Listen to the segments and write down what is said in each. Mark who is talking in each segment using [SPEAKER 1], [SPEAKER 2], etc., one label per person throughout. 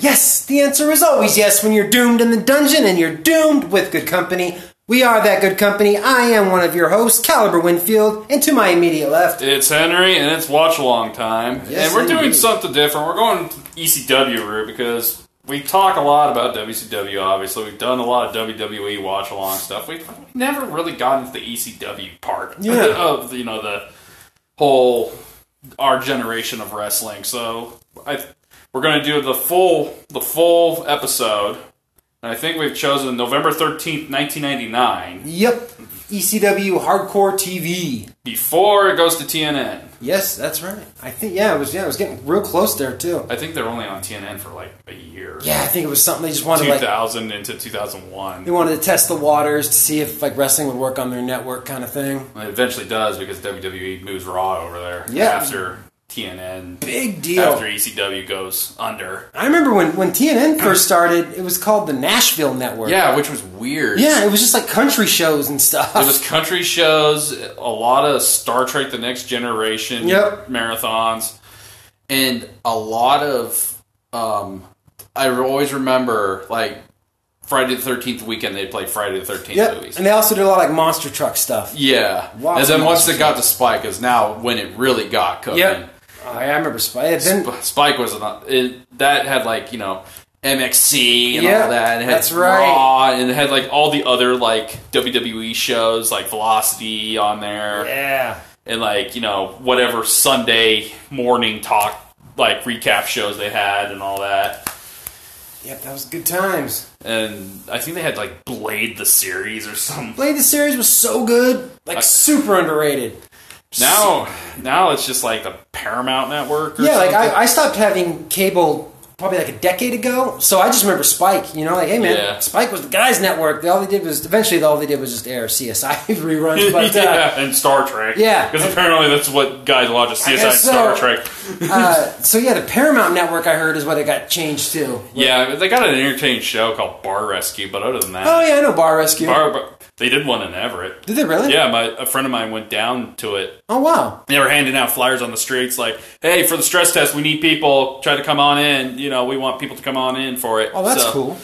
[SPEAKER 1] the answer is always yes when you're doomed in the dungeon and you're doomed with good company. We are that good company. I am one of your hosts, Caliber Winfield, and to my immediate left.
[SPEAKER 2] It's Henry, and it's watch along time,
[SPEAKER 1] Yes,
[SPEAKER 2] and we're doing
[SPEAKER 1] indeed.
[SPEAKER 2] something different. We're going ECW route because we talk a lot about WCW. Obviously, we've done a lot of WWE watch along stuff. We've never really gotten into the ECW part
[SPEAKER 1] Yeah.
[SPEAKER 2] of you know the whole our generation of wrestling. So I we're going to do the full the full episode. And I think we've chosen November 13th, 1999,
[SPEAKER 1] Yep, ECW Hardcore TV.
[SPEAKER 2] before it goes to TNN.
[SPEAKER 1] Yes, that's right. I think yeah, it was yeah, it was getting real close there too.
[SPEAKER 2] I think they're only on TNN for like a year.
[SPEAKER 1] Yeah, I think it was something they just wanted like
[SPEAKER 2] 2000 into
[SPEAKER 1] they
[SPEAKER 2] 2001.
[SPEAKER 1] wanted to test the waters to see if like wrestling would work on their network kind of thing.
[SPEAKER 2] It eventually does because WWE moves Raw over there
[SPEAKER 1] Yeah.
[SPEAKER 2] after TNN,
[SPEAKER 1] Big deal.
[SPEAKER 2] after ECW goes under.
[SPEAKER 1] I remember when when TNN first started, it was called the Nashville Network.
[SPEAKER 2] Yeah, which was weird.
[SPEAKER 1] Yeah, it was just like country shows and stuff.
[SPEAKER 2] It was country shows, a lot of Star Trek The Next Generation
[SPEAKER 1] Yep.
[SPEAKER 2] marathons.
[SPEAKER 3] and a lot of um I always remember like Friday the Thirteenth weekend they play Friday the Thirteenth
[SPEAKER 1] yep.
[SPEAKER 3] movies.
[SPEAKER 1] And they also did a lot of like monster truck stuff.
[SPEAKER 3] yeah,
[SPEAKER 1] Wow.
[SPEAKER 3] and then once it got to Spike is now when it really got cooking.
[SPEAKER 1] Oh, yeah, I remember Spy. Then
[SPEAKER 3] Sp- Spike was an, it, that had like you know MXC and
[SPEAKER 1] Yeah,
[SPEAKER 3] all that. And it had
[SPEAKER 1] that's right.
[SPEAKER 3] Raw, and it had like all the other like WWE shows like Velocity on there.
[SPEAKER 1] yeah,
[SPEAKER 3] and like you know whatever Sunday morning talk like recap shows they had and all that.
[SPEAKER 1] yep, that was good times.
[SPEAKER 3] And I think they had like Blade the series or something.
[SPEAKER 1] Blade the series was so good, like super underrated.
[SPEAKER 3] Now,
[SPEAKER 2] Now, now it's just like the Paramount Network. Or
[SPEAKER 1] Yeah, like
[SPEAKER 2] something.
[SPEAKER 1] I, I stopped having cable probably like a decade ago, so I just remember Spike. You know, like hey man,
[SPEAKER 3] Yeah.
[SPEAKER 1] Spike was the guys' network. They- All they did was eventually all they did was just air CSI reruns. But uh,
[SPEAKER 2] yeah, and Star Trek.
[SPEAKER 1] Yeah.
[SPEAKER 2] because apparently that's what guys watch is CSI and
[SPEAKER 1] guess
[SPEAKER 2] Star
[SPEAKER 1] so.
[SPEAKER 2] Trek.
[SPEAKER 1] Uh, so yeah, the Paramount Network I heard is what it got changed to.
[SPEAKER 2] Yeah, they got an entertaining show called Bar Rescue, but other than that,
[SPEAKER 1] Oh yeah, I know Bar Rescue.
[SPEAKER 2] Bar- Bar- they did one in Everett.
[SPEAKER 1] Did they really?
[SPEAKER 2] Yeah, my a friend of mine went down to it
[SPEAKER 1] Oh wow.
[SPEAKER 2] they were handing out flyers on the streets like hey for the stress test we need people try to come on in you know we want people to come on in for it
[SPEAKER 1] Oh, that's
[SPEAKER 2] So,
[SPEAKER 1] cool.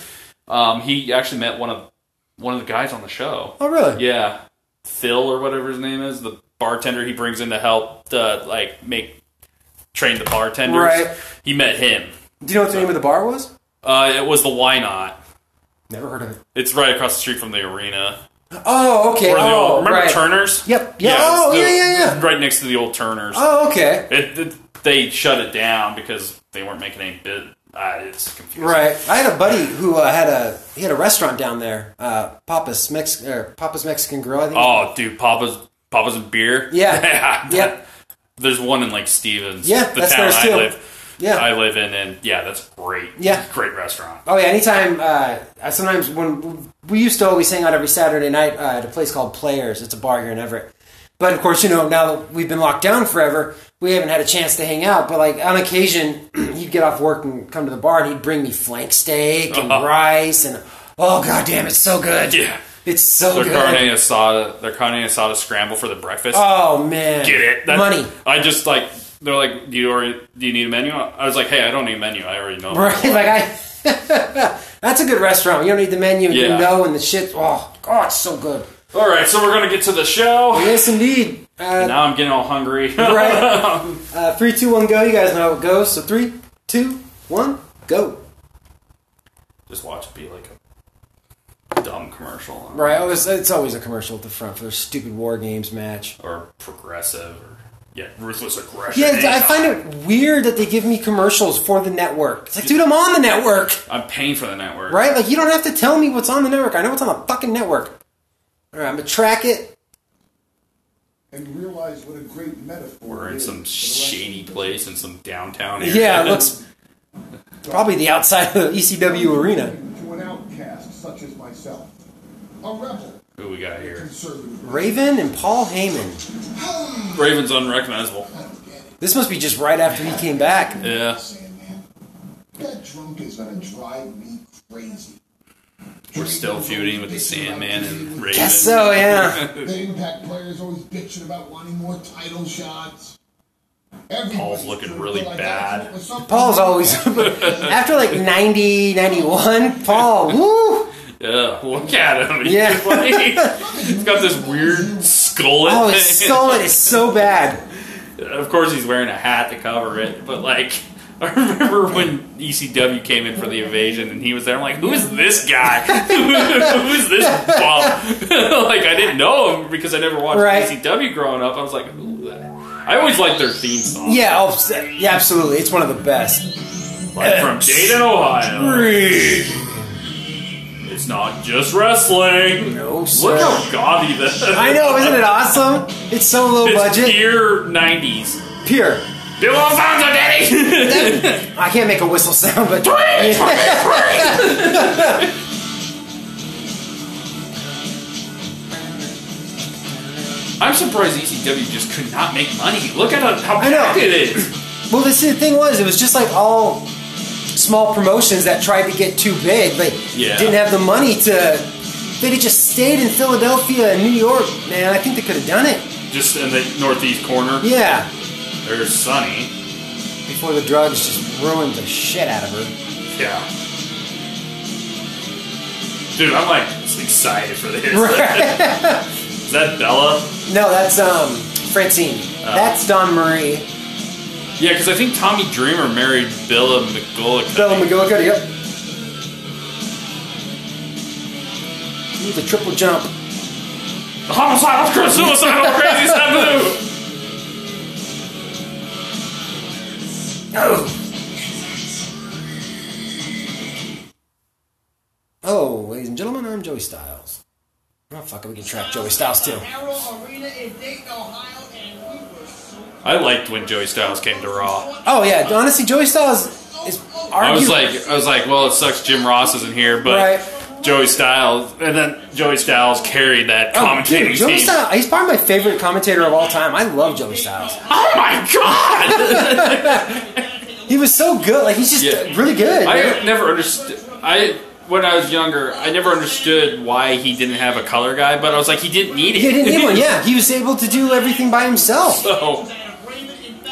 [SPEAKER 2] um, he actually met one of one of the guys on the show
[SPEAKER 1] Oh really?
[SPEAKER 2] yeah phil or whatever his name is the bartender he brings in to help uh, like make train the bartenders
[SPEAKER 1] Right.
[SPEAKER 2] he met him
[SPEAKER 1] Do you know what the name of the bar was?
[SPEAKER 2] uh, it was the why not
[SPEAKER 1] Never heard of it.
[SPEAKER 2] it's right across the street from the arena
[SPEAKER 1] Oh okay.
[SPEAKER 2] Where the
[SPEAKER 1] Oh
[SPEAKER 2] old- remember
[SPEAKER 1] right.
[SPEAKER 2] turner's
[SPEAKER 1] Yep. Yeah. oh
[SPEAKER 2] it's
[SPEAKER 1] yeah
[SPEAKER 2] the-
[SPEAKER 1] yeah yeah.
[SPEAKER 2] right next to the old turner's
[SPEAKER 1] Oh okay.
[SPEAKER 2] It, it, they shut it down because they weren't making any bid. Uh, it's confusing.
[SPEAKER 1] Right. I had a buddy who uh, had a he had a restaurant down there, uh, Papa's Mex or Papa's Mexican Grill. I think.
[SPEAKER 2] Oh, dude, Papa's Papa's and beer.
[SPEAKER 1] Yeah.
[SPEAKER 2] yeah.
[SPEAKER 1] Yep.
[SPEAKER 2] There's one in like Stevens.
[SPEAKER 1] Yeah,
[SPEAKER 2] the
[SPEAKER 1] that's
[SPEAKER 2] town
[SPEAKER 1] theirs,
[SPEAKER 2] I
[SPEAKER 1] too.
[SPEAKER 2] live.
[SPEAKER 1] Yeah.
[SPEAKER 2] I live in, and yeah, that's great.
[SPEAKER 1] Yeah.
[SPEAKER 2] great restaurant.
[SPEAKER 1] Oh yeah. Anytime. Uh, I sometimes when we used to always hang out every Saturday night uh, at a place called Players. It's a bar here in Everett. But of course, you know, now that we've been locked down forever, we haven't had a chance to hang out. But like on occasion, he'd get off work and come to the bar, and he'd bring me flank steak and rice, and oh god damn, it's so good.
[SPEAKER 2] Uh-huh. Yeah.
[SPEAKER 1] It's so
[SPEAKER 2] Their
[SPEAKER 1] good.
[SPEAKER 2] carne asada, their carne asada scramble for the breakfast.
[SPEAKER 1] Oh man,
[SPEAKER 2] Get it? That's-
[SPEAKER 1] money.
[SPEAKER 2] I just like they're like, do you already, do you need a menu? I was like, hey, I don't need a menu. I already know.
[SPEAKER 1] Right? Like I. That's a good restaurant. You don't need the menu. You
[SPEAKER 2] Yeah.
[SPEAKER 1] know, and the shit. Oh, God, it's so good.
[SPEAKER 2] All right, so we're gonna get to the show.
[SPEAKER 1] Yes, indeed. Uh,
[SPEAKER 2] Now I'm getting all hungry.
[SPEAKER 1] right. Uh, three, two, one, go. You guys know how it goes. So three, two, one, go.
[SPEAKER 2] just watch it be like a dumb commercial.
[SPEAKER 1] Right. Oh, it's, it's always a commercial at the front for their stupid war games match.
[SPEAKER 2] or progressive or yeah, ruthless aggression.
[SPEAKER 1] Yeah, it's- I find it weird that they give me commercials for the network. It's like, dude, I'm on the network,
[SPEAKER 2] I'm paying for the network.
[SPEAKER 1] right? Like, you don't have to tell me what's on the network. I know what's on the fucking network. All right, I'm gonna track it.
[SPEAKER 4] and realize what a great metaphor.
[SPEAKER 2] We're
[SPEAKER 4] it
[SPEAKER 2] in
[SPEAKER 4] is
[SPEAKER 2] some
[SPEAKER 4] for the
[SPEAKER 2] shady place in some downtown area.
[SPEAKER 1] Yeah, it looks probably the outside of the ECW arena.
[SPEAKER 4] rest- To an outcast such as myself, a rebel,
[SPEAKER 2] Who we got here?
[SPEAKER 4] conservative.
[SPEAKER 1] Raven and Paul Heyman.
[SPEAKER 2] Raven's unrecognizable.
[SPEAKER 1] This must be just right after he came back.
[SPEAKER 2] Yeah,
[SPEAKER 4] Sandman, that drunk is gonna drive me crazy.
[SPEAKER 2] we're still feuding with the Sandman and Raven.
[SPEAKER 1] Guess so, yeah.
[SPEAKER 4] The Impact players always bitching about wanting more title shots. Everybody's
[SPEAKER 2] looking
[SPEAKER 4] doing it,
[SPEAKER 2] really
[SPEAKER 4] but I gotta
[SPEAKER 2] bad.
[SPEAKER 4] come up with something.
[SPEAKER 1] Paul's always after like 90, 91, Paul, woo!
[SPEAKER 2] Yeah, look at him. He's
[SPEAKER 1] Yeah.
[SPEAKER 2] just like- he's got this weird skull. in
[SPEAKER 1] Oh,
[SPEAKER 2] it.
[SPEAKER 1] his skull is so bad.
[SPEAKER 2] Of course, he's wearing a hat to cover it. But like, I remember when ECW came in for the invasion, and he was there. I'm like, who is this guy? who is this bum? like, I didn't know him because I never watched
[SPEAKER 1] Right.
[SPEAKER 2] ECW growing up. I was like, who the- I always liked their theme song.
[SPEAKER 1] Yeah, oh, yeah, absolutely. It's one of the best.
[SPEAKER 2] Like from Dayton, Ohio. It's not just wrestling.
[SPEAKER 1] No, sir.
[SPEAKER 2] Look how gaudy this.
[SPEAKER 1] I know, isn't it awesome? It's so low
[SPEAKER 2] It's
[SPEAKER 1] budget.
[SPEAKER 2] pure '90s.
[SPEAKER 1] Pure.
[SPEAKER 2] Bill Alfonso, Daddy.
[SPEAKER 1] I can't make a whistle sound, but
[SPEAKER 2] I'm surprised ECW just could not make money. Look at how- how
[SPEAKER 1] I know.
[SPEAKER 2] packed it is.
[SPEAKER 1] Well, the si- thing was, it was just like all small promotions that tried to get too big, but
[SPEAKER 2] Yeah.
[SPEAKER 1] didn't have the money to. They'd have just stayed in Philadelphia and New York, man. I think they could have done it.
[SPEAKER 2] Just in the northeast corner,
[SPEAKER 1] Yeah.
[SPEAKER 2] there's Sunny.
[SPEAKER 1] Before the drugs just ruined the shit out of her.
[SPEAKER 2] Yeah. Dude, I'm like just excited for this. is that Bella?
[SPEAKER 1] No, that's um Francine.
[SPEAKER 2] Oh.
[SPEAKER 1] that's Don Marie.
[SPEAKER 2] Yeah, because I think Tommy Dreamer married Bella McGullick.
[SPEAKER 1] Bella McGillicuddy, yep. Ooh, the triple jump.
[SPEAKER 2] Homicidal, cr- suicidal, crazy Sabu.
[SPEAKER 1] Oh. Oh, ladies and gentlemen, I'm Joey Styles. Oh fuck, it, we can track Joey Styles too.
[SPEAKER 4] Arrow Arena in Dayton, Ohio, and we were so
[SPEAKER 2] I liked when Joey Styles came to Raw.
[SPEAKER 1] Oh yeah, honestly, Joey Styles is arguably.
[SPEAKER 2] I was like, I was like, well, it sucks. Jim Ross isn't here, but
[SPEAKER 1] Right.
[SPEAKER 2] Joey Styles, and then Joey Styles carried that
[SPEAKER 1] oh,
[SPEAKER 2] commentating
[SPEAKER 1] dude, Joey
[SPEAKER 2] team.
[SPEAKER 1] Styles. He's probably my favorite commentator of all time. I love Joey Styles.
[SPEAKER 2] Oh my god!
[SPEAKER 1] He was so good. Like he's just
[SPEAKER 2] Yeah.
[SPEAKER 1] really good.
[SPEAKER 2] I never understood. I when I was younger, I never understood why he didn't have a color guy, but I was like, he Uh, didn't need it.
[SPEAKER 1] he didn't need one. Yeah, he was able to do everything by himself.
[SPEAKER 2] So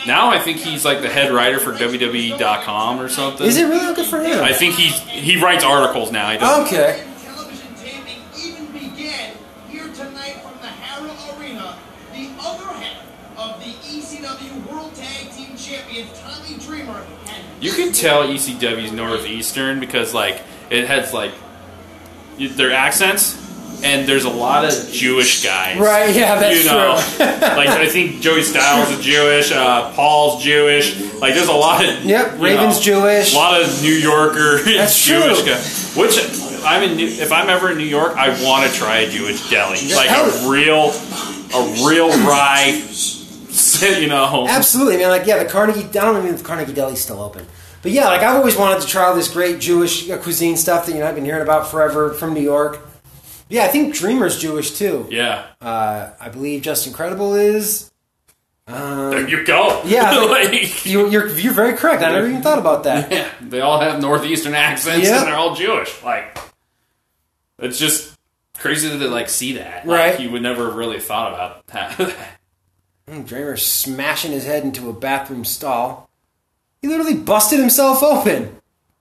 [SPEAKER 2] now I think he's like the head writer for WWE.com or something.
[SPEAKER 1] Is it really good for him?
[SPEAKER 2] I think he's he writes articles now. He doesn't.
[SPEAKER 1] okay.
[SPEAKER 4] television taping even began here tonight from the Harrow Arena. The other half of the ECW World Tag Team Champions, Tommy Dreamer, and
[SPEAKER 2] You can tell ECW's northeastern because like it has like y- their accents, and there's a lot of Jewish guys.
[SPEAKER 1] Right, yeah, that's
[SPEAKER 2] you know, like I think Joey Styles is Jewish, uh, Paul's Jewish. Like there's a lot of
[SPEAKER 1] Yep,
[SPEAKER 2] you
[SPEAKER 1] Raven's
[SPEAKER 2] know,
[SPEAKER 1] Jewish.
[SPEAKER 2] A lot of New Yorker
[SPEAKER 1] That's
[SPEAKER 2] Jewish
[SPEAKER 1] true.
[SPEAKER 2] guys. Which I'm in. New- If I'm ever in New York, I want to try a Jewish deli, like a
[SPEAKER 1] hell-
[SPEAKER 2] real, a real rye. You know,
[SPEAKER 1] Absolutely, man. Like, yeah, the Carnegie. I don't even know if the Carnegie Deli's still open. But yeah, like I've always wanted to try all this great Jewish uh, cuisine stuff that you know I've been hearing about forever from New York. Yeah, I think Dreamer's Jewish too.
[SPEAKER 2] yeah.
[SPEAKER 1] Uh, I believe Just Incredible is.
[SPEAKER 2] there you go.
[SPEAKER 1] Yeah, like-
[SPEAKER 2] Like-
[SPEAKER 1] You, you're you're very correct. I never even thought about that.
[SPEAKER 2] Yeah, they all have northeastern accents
[SPEAKER 1] Yeah.
[SPEAKER 2] and they're all Jewish. Like, it's just crazy that they like see that. Like,
[SPEAKER 1] Right.
[SPEAKER 2] you would never have really thought about that.
[SPEAKER 1] Mm, Dreamer smashing his head into a bathroom stall. He literally busted himself open.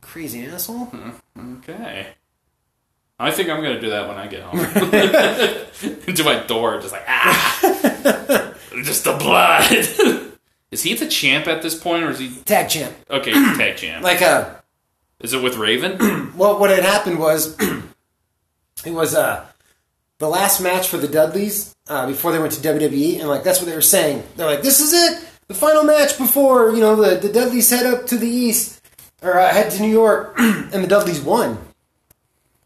[SPEAKER 1] Crazy asshole.
[SPEAKER 2] okay. I think I'm gonna do that when I get home. Into my door, just like ah, just the blood. Is he the champ at this point, or is he
[SPEAKER 1] Tag champ.
[SPEAKER 2] okay? he's Tag champ.
[SPEAKER 1] Like uh, a
[SPEAKER 2] Is it with Raven?
[SPEAKER 1] Well, what had happened was it was uh, the last match for the Dudleys uh, before they went to WWE, and like that's what they were saying. They're like, "This is it, the final match before you know the, the Dudleys head up to the East or uh, head to New York," and the Dudleys won.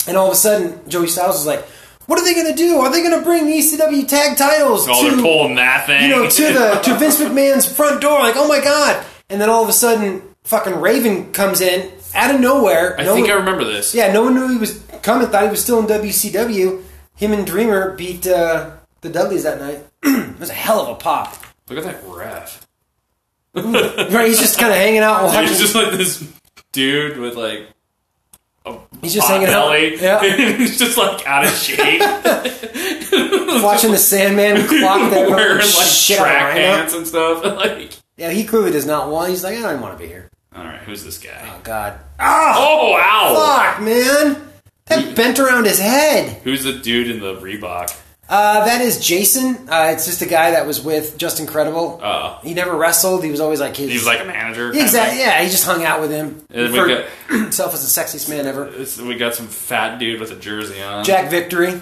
[SPEAKER 1] And all of a sudden, Joey Styles was like, "What are they going to do? Are they going to bring the ECW tag titles
[SPEAKER 2] oh,
[SPEAKER 1] to
[SPEAKER 2] they're pulling that thing.
[SPEAKER 1] you know, to the to Vince McMahon's front door, like, oh my god! And then all of a sudden, fucking Raven comes in out of nowhere.
[SPEAKER 2] I
[SPEAKER 1] no
[SPEAKER 2] think
[SPEAKER 1] one,
[SPEAKER 2] I remember this.
[SPEAKER 1] yeah, no one knew he was coming. Thought he was still in WCW. Him and Dreamer beat uh, the Dudleys that night. it was a hell of a pop.
[SPEAKER 2] Look at that ref.
[SPEAKER 1] Right, he's just kind of hanging out watching.
[SPEAKER 2] It's just like this dude with like a
[SPEAKER 1] He's just
[SPEAKER 2] Pot
[SPEAKER 1] hanging
[SPEAKER 2] belly.
[SPEAKER 1] out. Yeah.
[SPEAKER 2] He's just like out of shape,
[SPEAKER 1] Watching the Sandman clock that
[SPEAKER 2] wearing like
[SPEAKER 1] shit out of
[SPEAKER 2] track
[SPEAKER 1] my lineup.
[SPEAKER 2] pants and stuff. like,
[SPEAKER 1] Yeah, he clearly does not want. He's like, I don't want to be here.
[SPEAKER 2] all right, who's this guy?
[SPEAKER 1] Oh God. Ah,
[SPEAKER 2] Oh, ow!
[SPEAKER 1] fuck, man. That bent around his head.
[SPEAKER 2] Who's the dude in the Reebok?
[SPEAKER 1] Uh, that is Jason. Uh, it's just a guy that was with Just Incredible.
[SPEAKER 2] Oh.
[SPEAKER 1] he never wrestled. He was always like his.
[SPEAKER 2] He was like a manager. kind of
[SPEAKER 1] exactly.
[SPEAKER 2] thing.
[SPEAKER 1] Yeah, he just hung out with him.
[SPEAKER 2] And we
[SPEAKER 1] Referred
[SPEAKER 2] got
[SPEAKER 1] himself as the sexiest man ever.
[SPEAKER 2] it's- we got some fat dude with a jersey on.
[SPEAKER 1] Jack Victory.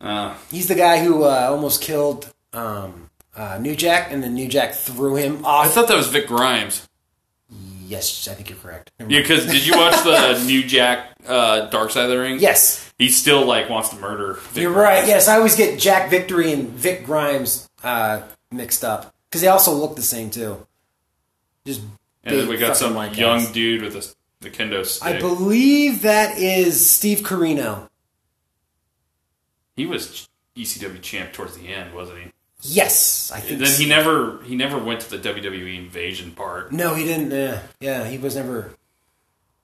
[SPEAKER 2] Uh,
[SPEAKER 1] He's the guy who uh, almost killed um, uh, New Jack, and then New Jack threw him off.
[SPEAKER 2] I thought that was Vic Grimes.
[SPEAKER 1] yes, I think you're correct. Never
[SPEAKER 2] Yeah,
[SPEAKER 1] mind.
[SPEAKER 2] because did you watch the new Jack uh, Dark Side of the Ring?
[SPEAKER 1] Yes.
[SPEAKER 2] He still like wants to murder. Vic
[SPEAKER 1] You're
[SPEAKER 2] Grimes.
[SPEAKER 1] right. Yes, I always get Jack Victory and Vic Grimes uh, mixed up because they also look the same too. Just
[SPEAKER 2] And then
[SPEAKER 1] big
[SPEAKER 2] we got
[SPEAKER 1] fucking
[SPEAKER 2] some
[SPEAKER 1] white
[SPEAKER 2] young
[SPEAKER 1] guys.
[SPEAKER 2] dude with a, the kendo stick.
[SPEAKER 1] I believe that is Steve Carino.
[SPEAKER 2] he was ECW champ towards the end, wasn't he?
[SPEAKER 1] Yes, I think.
[SPEAKER 2] And then
[SPEAKER 1] so.
[SPEAKER 2] he never he never went to the WWE invasion part.
[SPEAKER 1] No, he didn't. Yeah, yeah, he was never.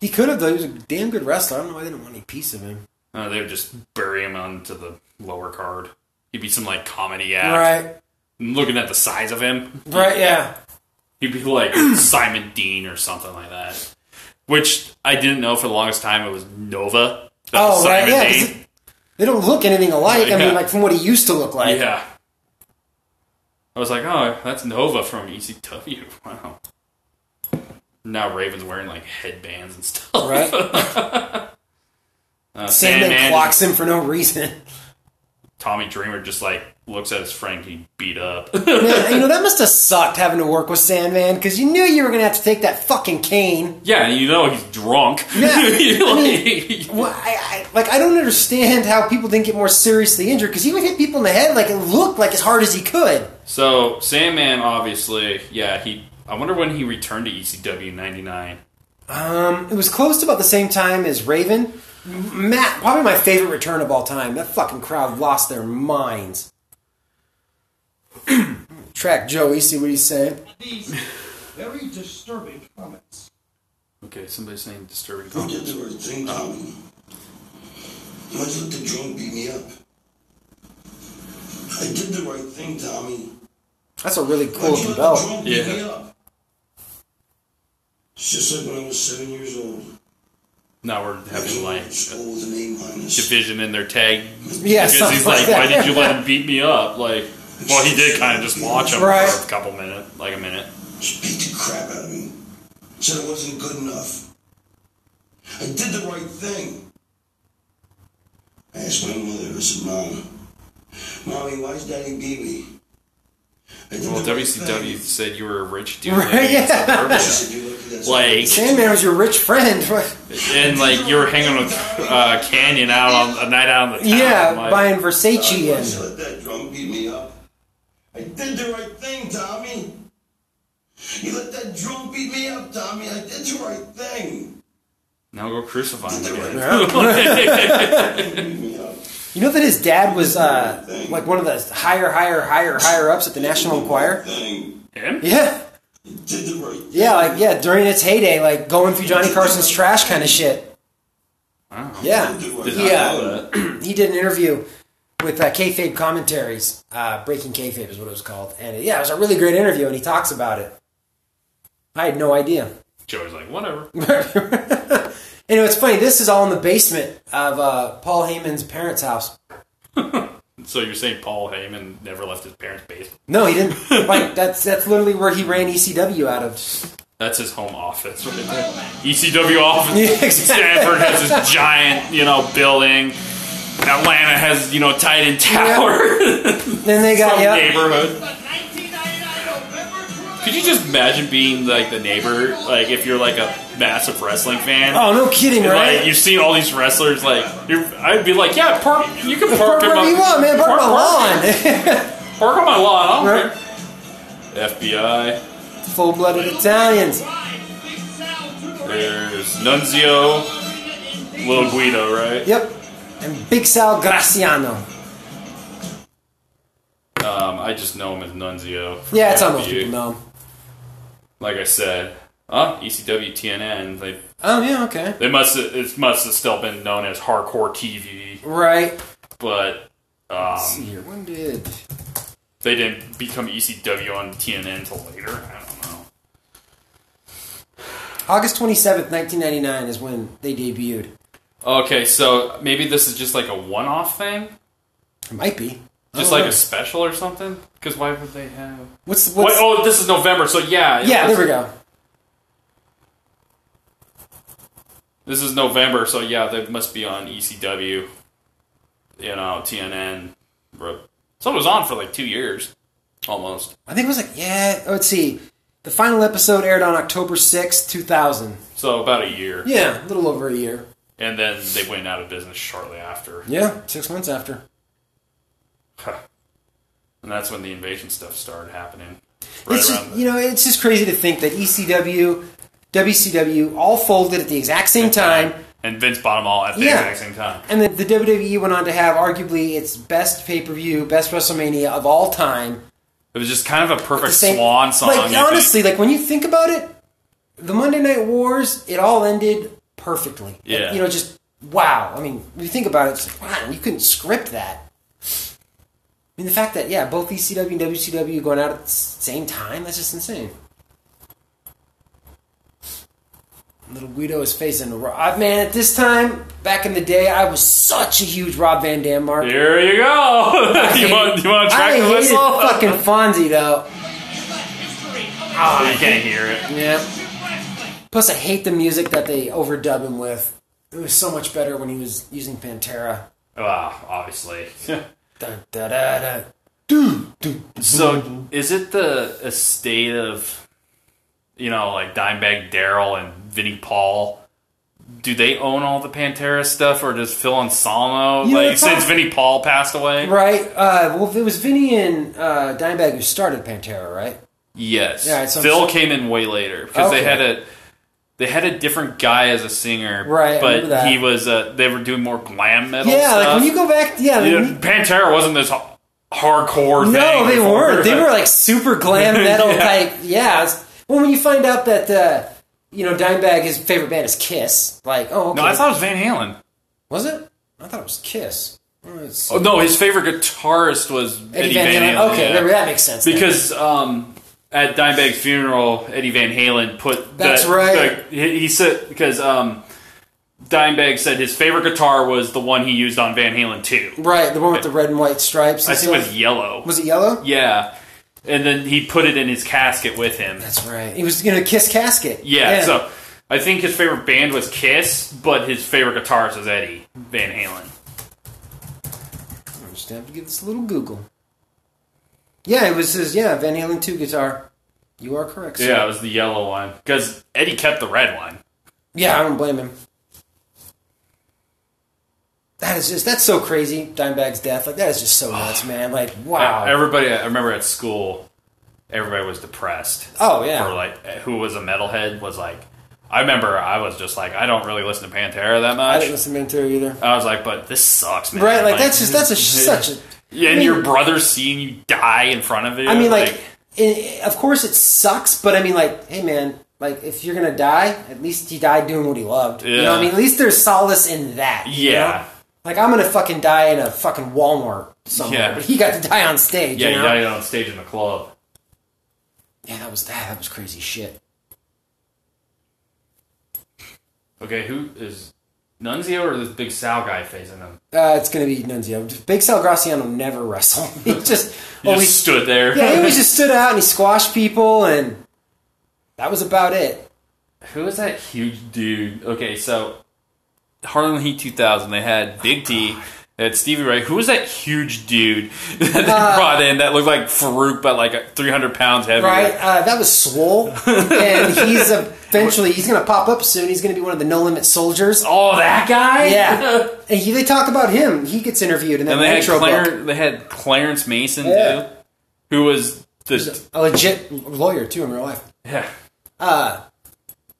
[SPEAKER 1] He could have though. He was a damn good wrestler. I don't know. why I didn't want any piece of him.
[SPEAKER 2] Uh, they would just bury him onto the lower card. He'd be some like comedy act.
[SPEAKER 1] Right.
[SPEAKER 2] Looking at the size of him,
[SPEAKER 1] Right. Yeah.
[SPEAKER 2] he'd be like Simon Dean or something like that. Which I didn't know for the longest time. It was Nova. That
[SPEAKER 1] Oh,
[SPEAKER 2] was
[SPEAKER 1] right.
[SPEAKER 2] Simon
[SPEAKER 1] Yeah. 'cause
[SPEAKER 2] Dean.
[SPEAKER 1] it- They don't look anything alike. I
[SPEAKER 2] Yeah.
[SPEAKER 1] mean, like from what he used to look like.
[SPEAKER 2] Yeah. I was like, oh, that's Nova from ECW. Wow. Now Raven's wearing like headbands and stuff.
[SPEAKER 1] Right.
[SPEAKER 2] Uh,
[SPEAKER 1] Sandman
[SPEAKER 2] Sandman,
[SPEAKER 1] clocks him for no reason.
[SPEAKER 2] Tommy Dreamer just like looks at his friend he beat up.
[SPEAKER 1] Man, you know that must have sucked having to work with Sandman because you knew you were gonna have to take that fucking cane.
[SPEAKER 2] yeah, and you know he's drunk.
[SPEAKER 1] Yeah, I
[SPEAKER 2] Like-
[SPEAKER 1] Well, I, I, like I don't understand how people didn't get more seriously injured because he would hit people in the head like it looked like as hard as he could.
[SPEAKER 2] so Sandman, obviously, yeah, he. I wonder when he returned to E ECW '99.
[SPEAKER 1] Um, it was close to about the same time as Raven. M- Matt, probably my favorite return of all time. That fucking crowd lost their minds. Track Joey, see what he's saying.
[SPEAKER 4] These very disturbing comments.
[SPEAKER 2] Okay, somebody's saying disturbing
[SPEAKER 5] I
[SPEAKER 2] comments.
[SPEAKER 5] did the right thing,
[SPEAKER 2] Uh.
[SPEAKER 5] Tommy. I just let the drunk beat me up. I did the right thing, Tommy.
[SPEAKER 1] That's a really
[SPEAKER 5] I
[SPEAKER 1] cool looking
[SPEAKER 5] just let the
[SPEAKER 1] belt.
[SPEAKER 5] drunk beat me
[SPEAKER 2] Yeah.
[SPEAKER 5] up. It's just like when I was seven years old.
[SPEAKER 2] Now we're having
[SPEAKER 5] I
[SPEAKER 2] like
[SPEAKER 5] was in
[SPEAKER 2] a
[SPEAKER 5] school with an A minus.
[SPEAKER 2] division in their tag
[SPEAKER 1] Yeah,
[SPEAKER 2] Because he's
[SPEAKER 1] something
[SPEAKER 2] like,
[SPEAKER 1] like
[SPEAKER 2] why
[SPEAKER 1] that.
[SPEAKER 2] did you let him beat me up? Like, well, he did kind of just watch him
[SPEAKER 1] Right.
[SPEAKER 2] for a couple minutes, like a minute.
[SPEAKER 5] Just beat the crap out of me. Said I wasn't good enough. I did the right thing. I asked my mother, I said, Mom, Mommy, why's daddy beat me? I did
[SPEAKER 2] Well,
[SPEAKER 5] the right
[SPEAKER 2] WCW
[SPEAKER 5] thing.
[SPEAKER 2] said you were a rich dude,
[SPEAKER 1] Right,
[SPEAKER 2] living in
[SPEAKER 1] yeah.
[SPEAKER 5] She
[SPEAKER 2] suburbia.
[SPEAKER 5] said, "You're lucky that's
[SPEAKER 2] like,
[SPEAKER 1] Sandman was your rich friend.
[SPEAKER 2] and like you were hanging with uh, Canyon out on a night out on the town.
[SPEAKER 1] yeah,
[SPEAKER 2] like,
[SPEAKER 1] buying Versace
[SPEAKER 5] I
[SPEAKER 1] and.
[SPEAKER 5] just let that drunk beat me up. I did the right thing, Tommy. You let that drunk beat me up, Tommy. I did the right thing.
[SPEAKER 2] now go crucify him. Again.
[SPEAKER 5] Beat me up.
[SPEAKER 1] You know that his dad was uh, like one of the higher, higher, higher, higher ups at the National Enquirer.
[SPEAKER 5] Thing.
[SPEAKER 2] Him?
[SPEAKER 1] Yeah,
[SPEAKER 5] You did the right thing.
[SPEAKER 1] yeah, like yeah, during its heyday, like going through Johnny Carson's trash kind of shit.
[SPEAKER 2] Wow.
[SPEAKER 1] Yeah,
[SPEAKER 2] Did
[SPEAKER 1] he,
[SPEAKER 2] not
[SPEAKER 1] uh,
[SPEAKER 2] know that.
[SPEAKER 1] he did an interview with uh, kayfabe commentaries, uh, breaking kayfabe is what it was called, and yeah, it was a really great interview, and he talks about it. I had no idea.
[SPEAKER 2] Joey's like, whatever.
[SPEAKER 1] You know, it's funny. This is all in the basement of uh, Paul Heyman's parents' house.
[SPEAKER 2] So you're saying Paul Heyman never left his parents' basement?
[SPEAKER 1] No, he didn't. like that's that's literally where he ran ECW out of.
[SPEAKER 2] That's his home
[SPEAKER 1] Oh,
[SPEAKER 2] office. Right there. ECW office. Stanford has this giant, you know, building. Atlanta has, you know, Titan Tower.
[SPEAKER 1] Then they got
[SPEAKER 2] Some
[SPEAKER 1] yeah.
[SPEAKER 2] neighborhood.
[SPEAKER 4] But 1999 November 12th.
[SPEAKER 2] Could you just imagine being like the neighbor? Like if you're like a massive wrestling fan.
[SPEAKER 1] Oh, no kidding,
[SPEAKER 2] And,
[SPEAKER 1] right?
[SPEAKER 2] Like you've seen all these wrestlers, like you're, I'd be like, yeah, park. You can park,
[SPEAKER 1] Park
[SPEAKER 2] in
[SPEAKER 1] wherever
[SPEAKER 2] my,
[SPEAKER 1] you want, man. Park my lawn.
[SPEAKER 2] Park on my lawn. I don't
[SPEAKER 1] Right.
[SPEAKER 2] care. FBI.
[SPEAKER 1] Full blooded Italians.
[SPEAKER 2] There's Nunzio, Little Guido, right?
[SPEAKER 1] Yep. And Big Sal Graciano.
[SPEAKER 2] Um, I just know him as Nunzio. from
[SPEAKER 1] Yeah, it's on most
[SPEAKER 2] FBU.
[SPEAKER 1] people know him.
[SPEAKER 2] Like I said, Uh, ECW TNN. They
[SPEAKER 1] Oh yeah, okay.
[SPEAKER 2] they must it must have still been known as Hardcore TV,
[SPEAKER 1] Right.
[SPEAKER 2] but
[SPEAKER 1] Let's see here. When did?
[SPEAKER 2] they didn't become ECW on TNN until later. I don't know.
[SPEAKER 1] August twenty seventh, nineteen ninety nine, is when they debuted.
[SPEAKER 2] Okay, so maybe this is just like a one-off thing,
[SPEAKER 1] It might be. I
[SPEAKER 2] just
[SPEAKER 1] don't
[SPEAKER 2] like
[SPEAKER 1] know.
[SPEAKER 2] a special or something. Because why would they have?
[SPEAKER 1] what's what's?
[SPEAKER 2] Wait, oh, this is November, so yeah,
[SPEAKER 1] yeah,
[SPEAKER 2] this,
[SPEAKER 1] there we go.
[SPEAKER 2] This is November, so yeah, they must be on ECW. You know, TNN. bro. So it was on for like two years, almost.
[SPEAKER 1] I think it was like yeah. Let's see. The final episode aired on October sixth, two thousand.
[SPEAKER 2] So about a year,
[SPEAKER 1] Yeah, a little over a year.
[SPEAKER 2] and then they went out of business shortly after.
[SPEAKER 1] Yeah, six months after.
[SPEAKER 2] Huh. And that's when the invasion stuff started happening. Right
[SPEAKER 1] It's
[SPEAKER 2] around
[SPEAKER 1] just,
[SPEAKER 2] the,
[SPEAKER 1] you know, it's just crazy to think that E ECW, WCW all folded at the exact same time,
[SPEAKER 2] and Vince bought them all at the
[SPEAKER 1] Yeah.
[SPEAKER 2] exact same time.
[SPEAKER 1] and then the WWE went on to have arguably its best pay per view, best WrestleMania of all time.
[SPEAKER 2] It was just kind of a perfect
[SPEAKER 1] Same-
[SPEAKER 2] swan song.
[SPEAKER 1] Like honestly, like when you think about it, the Monday Night Wars, it all ended perfectly. Like,
[SPEAKER 2] Yeah.
[SPEAKER 1] you know, just wow. I mean, when you think about it, it's like, wow, you couldn't script that. I mean, the fact that yeah, both ECW and WCW going out at the s- same time—that's just insane. Little Guido is facing the Ro- I Man, at this time, back in the day, I was such a huge Rob Van Dam mark.
[SPEAKER 2] here you go. you want you want to
[SPEAKER 1] I
[SPEAKER 2] track the
[SPEAKER 1] hated
[SPEAKER 2] whistle?
[SPEAKER 1] fucking Fonzie though.
[SPEAKER 2] Ah, you can't hear it.
[SPEAKER 1] Yeah. Plus, I hate the music that they overdub him with. It was so much better when he was using Pantera.
[SPEAKER 2] Wow, obviously.
[SPEAKER 1] Dun, da, da, da.
[SPEAKER 2] So is it the estate of, you know, like Dimebag Daryl and Vinnie Paul? Do they own all the Pantera stuff, or does Phil Anselmo?
[SPEAKER 1] You know,
[SPEAKER 2] like
[SPEAKER 1] the
[SPEAKER 2] since
[SPEAKER 1] problem-
[SPEAKER 2] Vinnie Paul passed away?
[SPEAKER 1] Right? Uh, well, it was Vinny and uh, Dimebag who started Pantera, right?
[SPEAKER 2] Yes.
[SPEAKER 1] Yeah, it's-
[SPEAKER 2] Phil came in way later because they
[SPEAKER 1] Okay.
[SPEAKER 2] had a they had a different guy as a singer,
[SPEAKER 1] Right, I remember
[SPEAKER 2] But
[SPEAKER 1] that.
[SPEAKER 2] he was uh, they were doing more glam metal.
[SPEAKER 1] yeah, like
[SPEAKER 2] stuff.
[SPEAKER 1] when you go back, yeah.
[SPEAKER 2] You
[SPEAKER 1] when
[SPEAKER 2] know,
[SPEAKER 1] you-
[SPEAKER 2] Pantera wasn't this h- hardcore.
[SPEAKER 1] no,
[SPEAKER 2] thing
[SPEAKER 1] they
[SPEAKER 2] before.
[SPEAKER 1] weren't. They were like super glam metal type. Yeah. it's- Well, when you find out that, uh, you know, Dimebag, his favorite band is Kiss, like, oh, okay.
[SPEAKER 2] No, I thought it was Van Halen.
[SPEAKER 1] was it? I thought it was Kiss. Oh, it's-
[SPEAKER 2] Oh, no, his favorite guitarist was Eddie, Van, Halen.
[SPEAKER 1] Okay,
[SPEAKER 2] yeah.
[SPEAKER 1] there- that makes sense. then.
[SPEAKER 2] because um, at Dimebag's funeral, Eddie Van Halen put.
[SPEAKER 1] That's
[SPEAKER 2] that,
[SPEAKER 1] right.
[SPEAKER 2] that- he, he said because um, Dimebag said his favorite guitar was the one he used on Van Halen too.
[SPEAKER 1] Right, the one with the red and white stripes.
[SPEAKER 2] I
[SPEAKER 1] and
[SPEAKER 2] think it
[SPEAKER 1] stuff.
[SPEAKER 2] was yellow.
[SPEAKER 1] Was it yellow?
[SPEAKER 2] yeah, and then he put it in his casket with him.
[SPEAKER 1] That's right. He was gonna kiss casket.
[SPEAKER 2] yeah, so I think his favorite band was Kiss, but his favorite guitarist was Eddie Van Halen.
[SPEAKER 1] I'm just gonna have to give this a little Google. Yeah, it was his. Yeah, Van Halen two guitar. You are correct. sir.
[SPEAKER 2] Yeah, it was the yellow one because Eddie kept the red one.
[SPEAKER 1] Yeah, I don't blame him. That is just that's so crazy. Dimebag's death, like that is just so nuts, man. Like wow.
[SPEAKER 2] Uh, Everybody, I remember at school, everybody was depressed.
[SPEAKER 1] oh yeah.
[SPEAKER 2] Or like, who was a metalhead was like, I remember I was just like, I don't really listen to Pantera that
[SPEAKER 1] I
[SPEAKER 2] much. I,
[SPEAKER 1] didn't listen to Mentor either.
[SPEAKER 2] was like, but this sucks, man.
[SPEAKER 1] right, like that's just that's a such a.
[SPEAKER 2] Yeah,
[SPEAKER 1] I
[SPEAKER 2] and
[SPEAKER 1] mean-
[SPEAKER 2] your brother seeing you die in front of you.
[SPEAKER 1] I mean, like, it, of course it sucks, but I mean, like, hey, man, like, if you're gonna die, at least he died doing what he loved. You know what I
[SPEAKER 2] Yeah.
[SPEAKER 1] mean? At least there's solace in that. you
[SPEAKER 2] Yeah.
[SPEAKER 1] know? Like, I'm gonna fucking die in a fucking Walmart somewhere,
[SPEAKER 2] Yeah.
[SPEAKER 1] but he got to die on stage.
[SPEAKER 2] yeah,
[SPEAKER 1] you
[SPEAKER 2] you
[SPEAKER 1] know?
[SPEAKER 2] died on stage in the club.
[SPEAKER 1] yeah, that was that. That was crazy shit.
[SPEAKER 2] Okay, who is Nunzio or this big Sal guy facing him?
[SPEAKER 1] Uh, it's gonna be Nunzio. Big Sal Graciano never wrestled. He just
[SPEAKER 2] He
[SPEAKER 1] always,
[SPEAKER 2] just stood there.
[SPEAKER 1] yeah, he always just stood out and he squashed people, and that was about it.
[SPEAKER 2] Who is that huge dude? Okay, so Harlem Heat 2000, they had Big T, they had Stevie Ray. Who was that huge dude that they
[SPEAKER 1] Uh,
[SPEAKER 2] brought in that looked like Farouk, but like 300 pounds heavier?
[SPEAKER 1] Right, uh, that was Swole, and he's eventually he's gonna pop up soon. He's gonna be one of the No Limit soldiers.
[SPEAKER 2] Oh, that guy?
[SPEAKER 1] Yeah, and he, they talk about him. He gets interviewed, and then
[SPEAKER 2] And they had,
[SPEAKER 1] intro book.
[SPEAKER 2] Clar- they had Clarence Mason,
[SPEAKER 1] Yeah.
[SPEAKER 2] too, who was the.
[SPEAKER 1] a legit lawyer too in real life.
[SPEAKER 2] Yeah.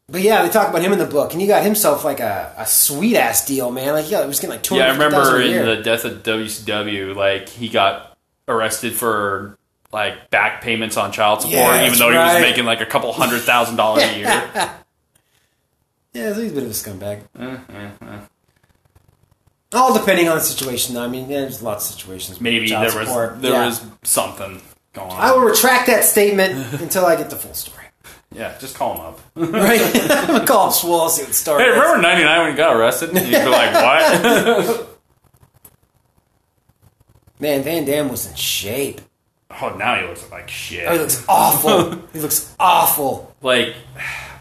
[SPEAKER 1] But yeah, they talk about him in the book, and he got himself like a, a sweet ass deal, man. Like yeah, he was getting like two
[SPEAKER 2] Yeah, I
[SPEAKER 1] hundred thousand
[SPEAKER 2] remember
[SPEAKER 1] a
[SPEAKER 2] in
[SPEAKER 1] year.
[SPEAKER 2] the death of WCW, like, he got arrested for like back payments on child support,
[SPEAKER 1] Yeah,
[SPEAKER 2] even though he
[SPEAKER 1] that's right.
[SPEAKER 2] was making like a couple hundred thousand dollars a year.
[SPEAKER 1] Yeah, so he's a bit of a scumbag.
[SPEAKER 2] Uh,
[SPEAKER 1] All depending on the situation, though. I mean, yeah, there's lots of situations. with
[SPEAKER 2] Maybe
[SPEAKER 1] child
[SPEAKER 2] there was
[SPEAKER 1] support.
[SPEAKER 2] there
[SPEAKER 1] Yeah.
[SPEAKER 2] was something going on.
[SPEAKER 1] I will retract that statement until I get the full story.
[SPEAKER 2] yeah, just call him up.
[SPEAKER 1] Right? I'm gonna call Swall see what the story.
[SPEAKER 2] Hey,
[SPEAKER 1] is.
[SPEAKER 2] remember '99 when you got arrested? And you'd be like, "What?"
[SPEAKER 1] Man, Van Damme was in shape.
[SPEAKER 2] oh, now he looks like
[SPEAKER 1] Oh, he
[SPEAKER 2] shit.
[SPEAKER 1] looks awful. he looks awful.
[SPEAKER 2] Like,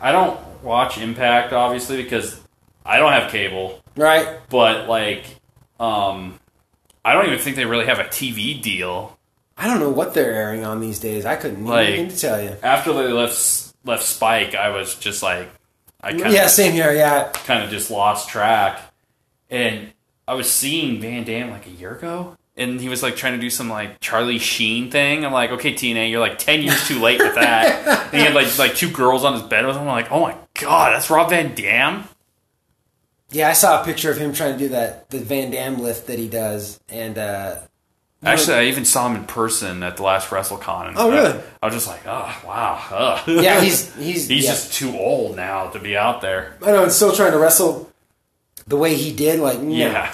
[SPEAKER 2] I don't watch Impact obviously because I don't have cable.
[SPEAKER 1] Right?
[SPEAKER 2] but like um i don't even think they really have a tv deal
[SPEAKER 1] I don't know what they're airing on these days. I couldn't
[SPEAKER 2] Like-
[SPEAKER 1] even tell you.
[SPEAKER 2] after they left left spike i was just like i kind of
[SPEAKER 1] Yeah, same here. Yeah,
[SPEAKER 2] kind of just lost track and i was seeing van damme like a year ago and he was like trying to do some like charlie sheen thing i'm like okay tna you're like 10 years too late with that and he had like like two girls on his bed with him i'm like oh my god that's rob van dam
[SPEAKER 1] yeah. I saw a picture of him trying to do that the Van Damme lift that he does, and uh,
[SPEAKER 2] Actually, I even saw him in person at the last WrestleCon. And
[SPEAKER 1] Oh,
[SPEAKER 2] I-
[SPEAKER 1] really?
[SPEAKER 2] I was just like, oh, wow. ugh."
[SPEAKER 1] yeah, he's he's
[SPEAKER 2] He's
[SPEAKER 1] yeah.
[SPEAKER 2] just too old now to be out there.
[SPEAKER 1] I know, and still trying to wrestle the way he did. Like, no,
[SPEAKER 2] Yeah.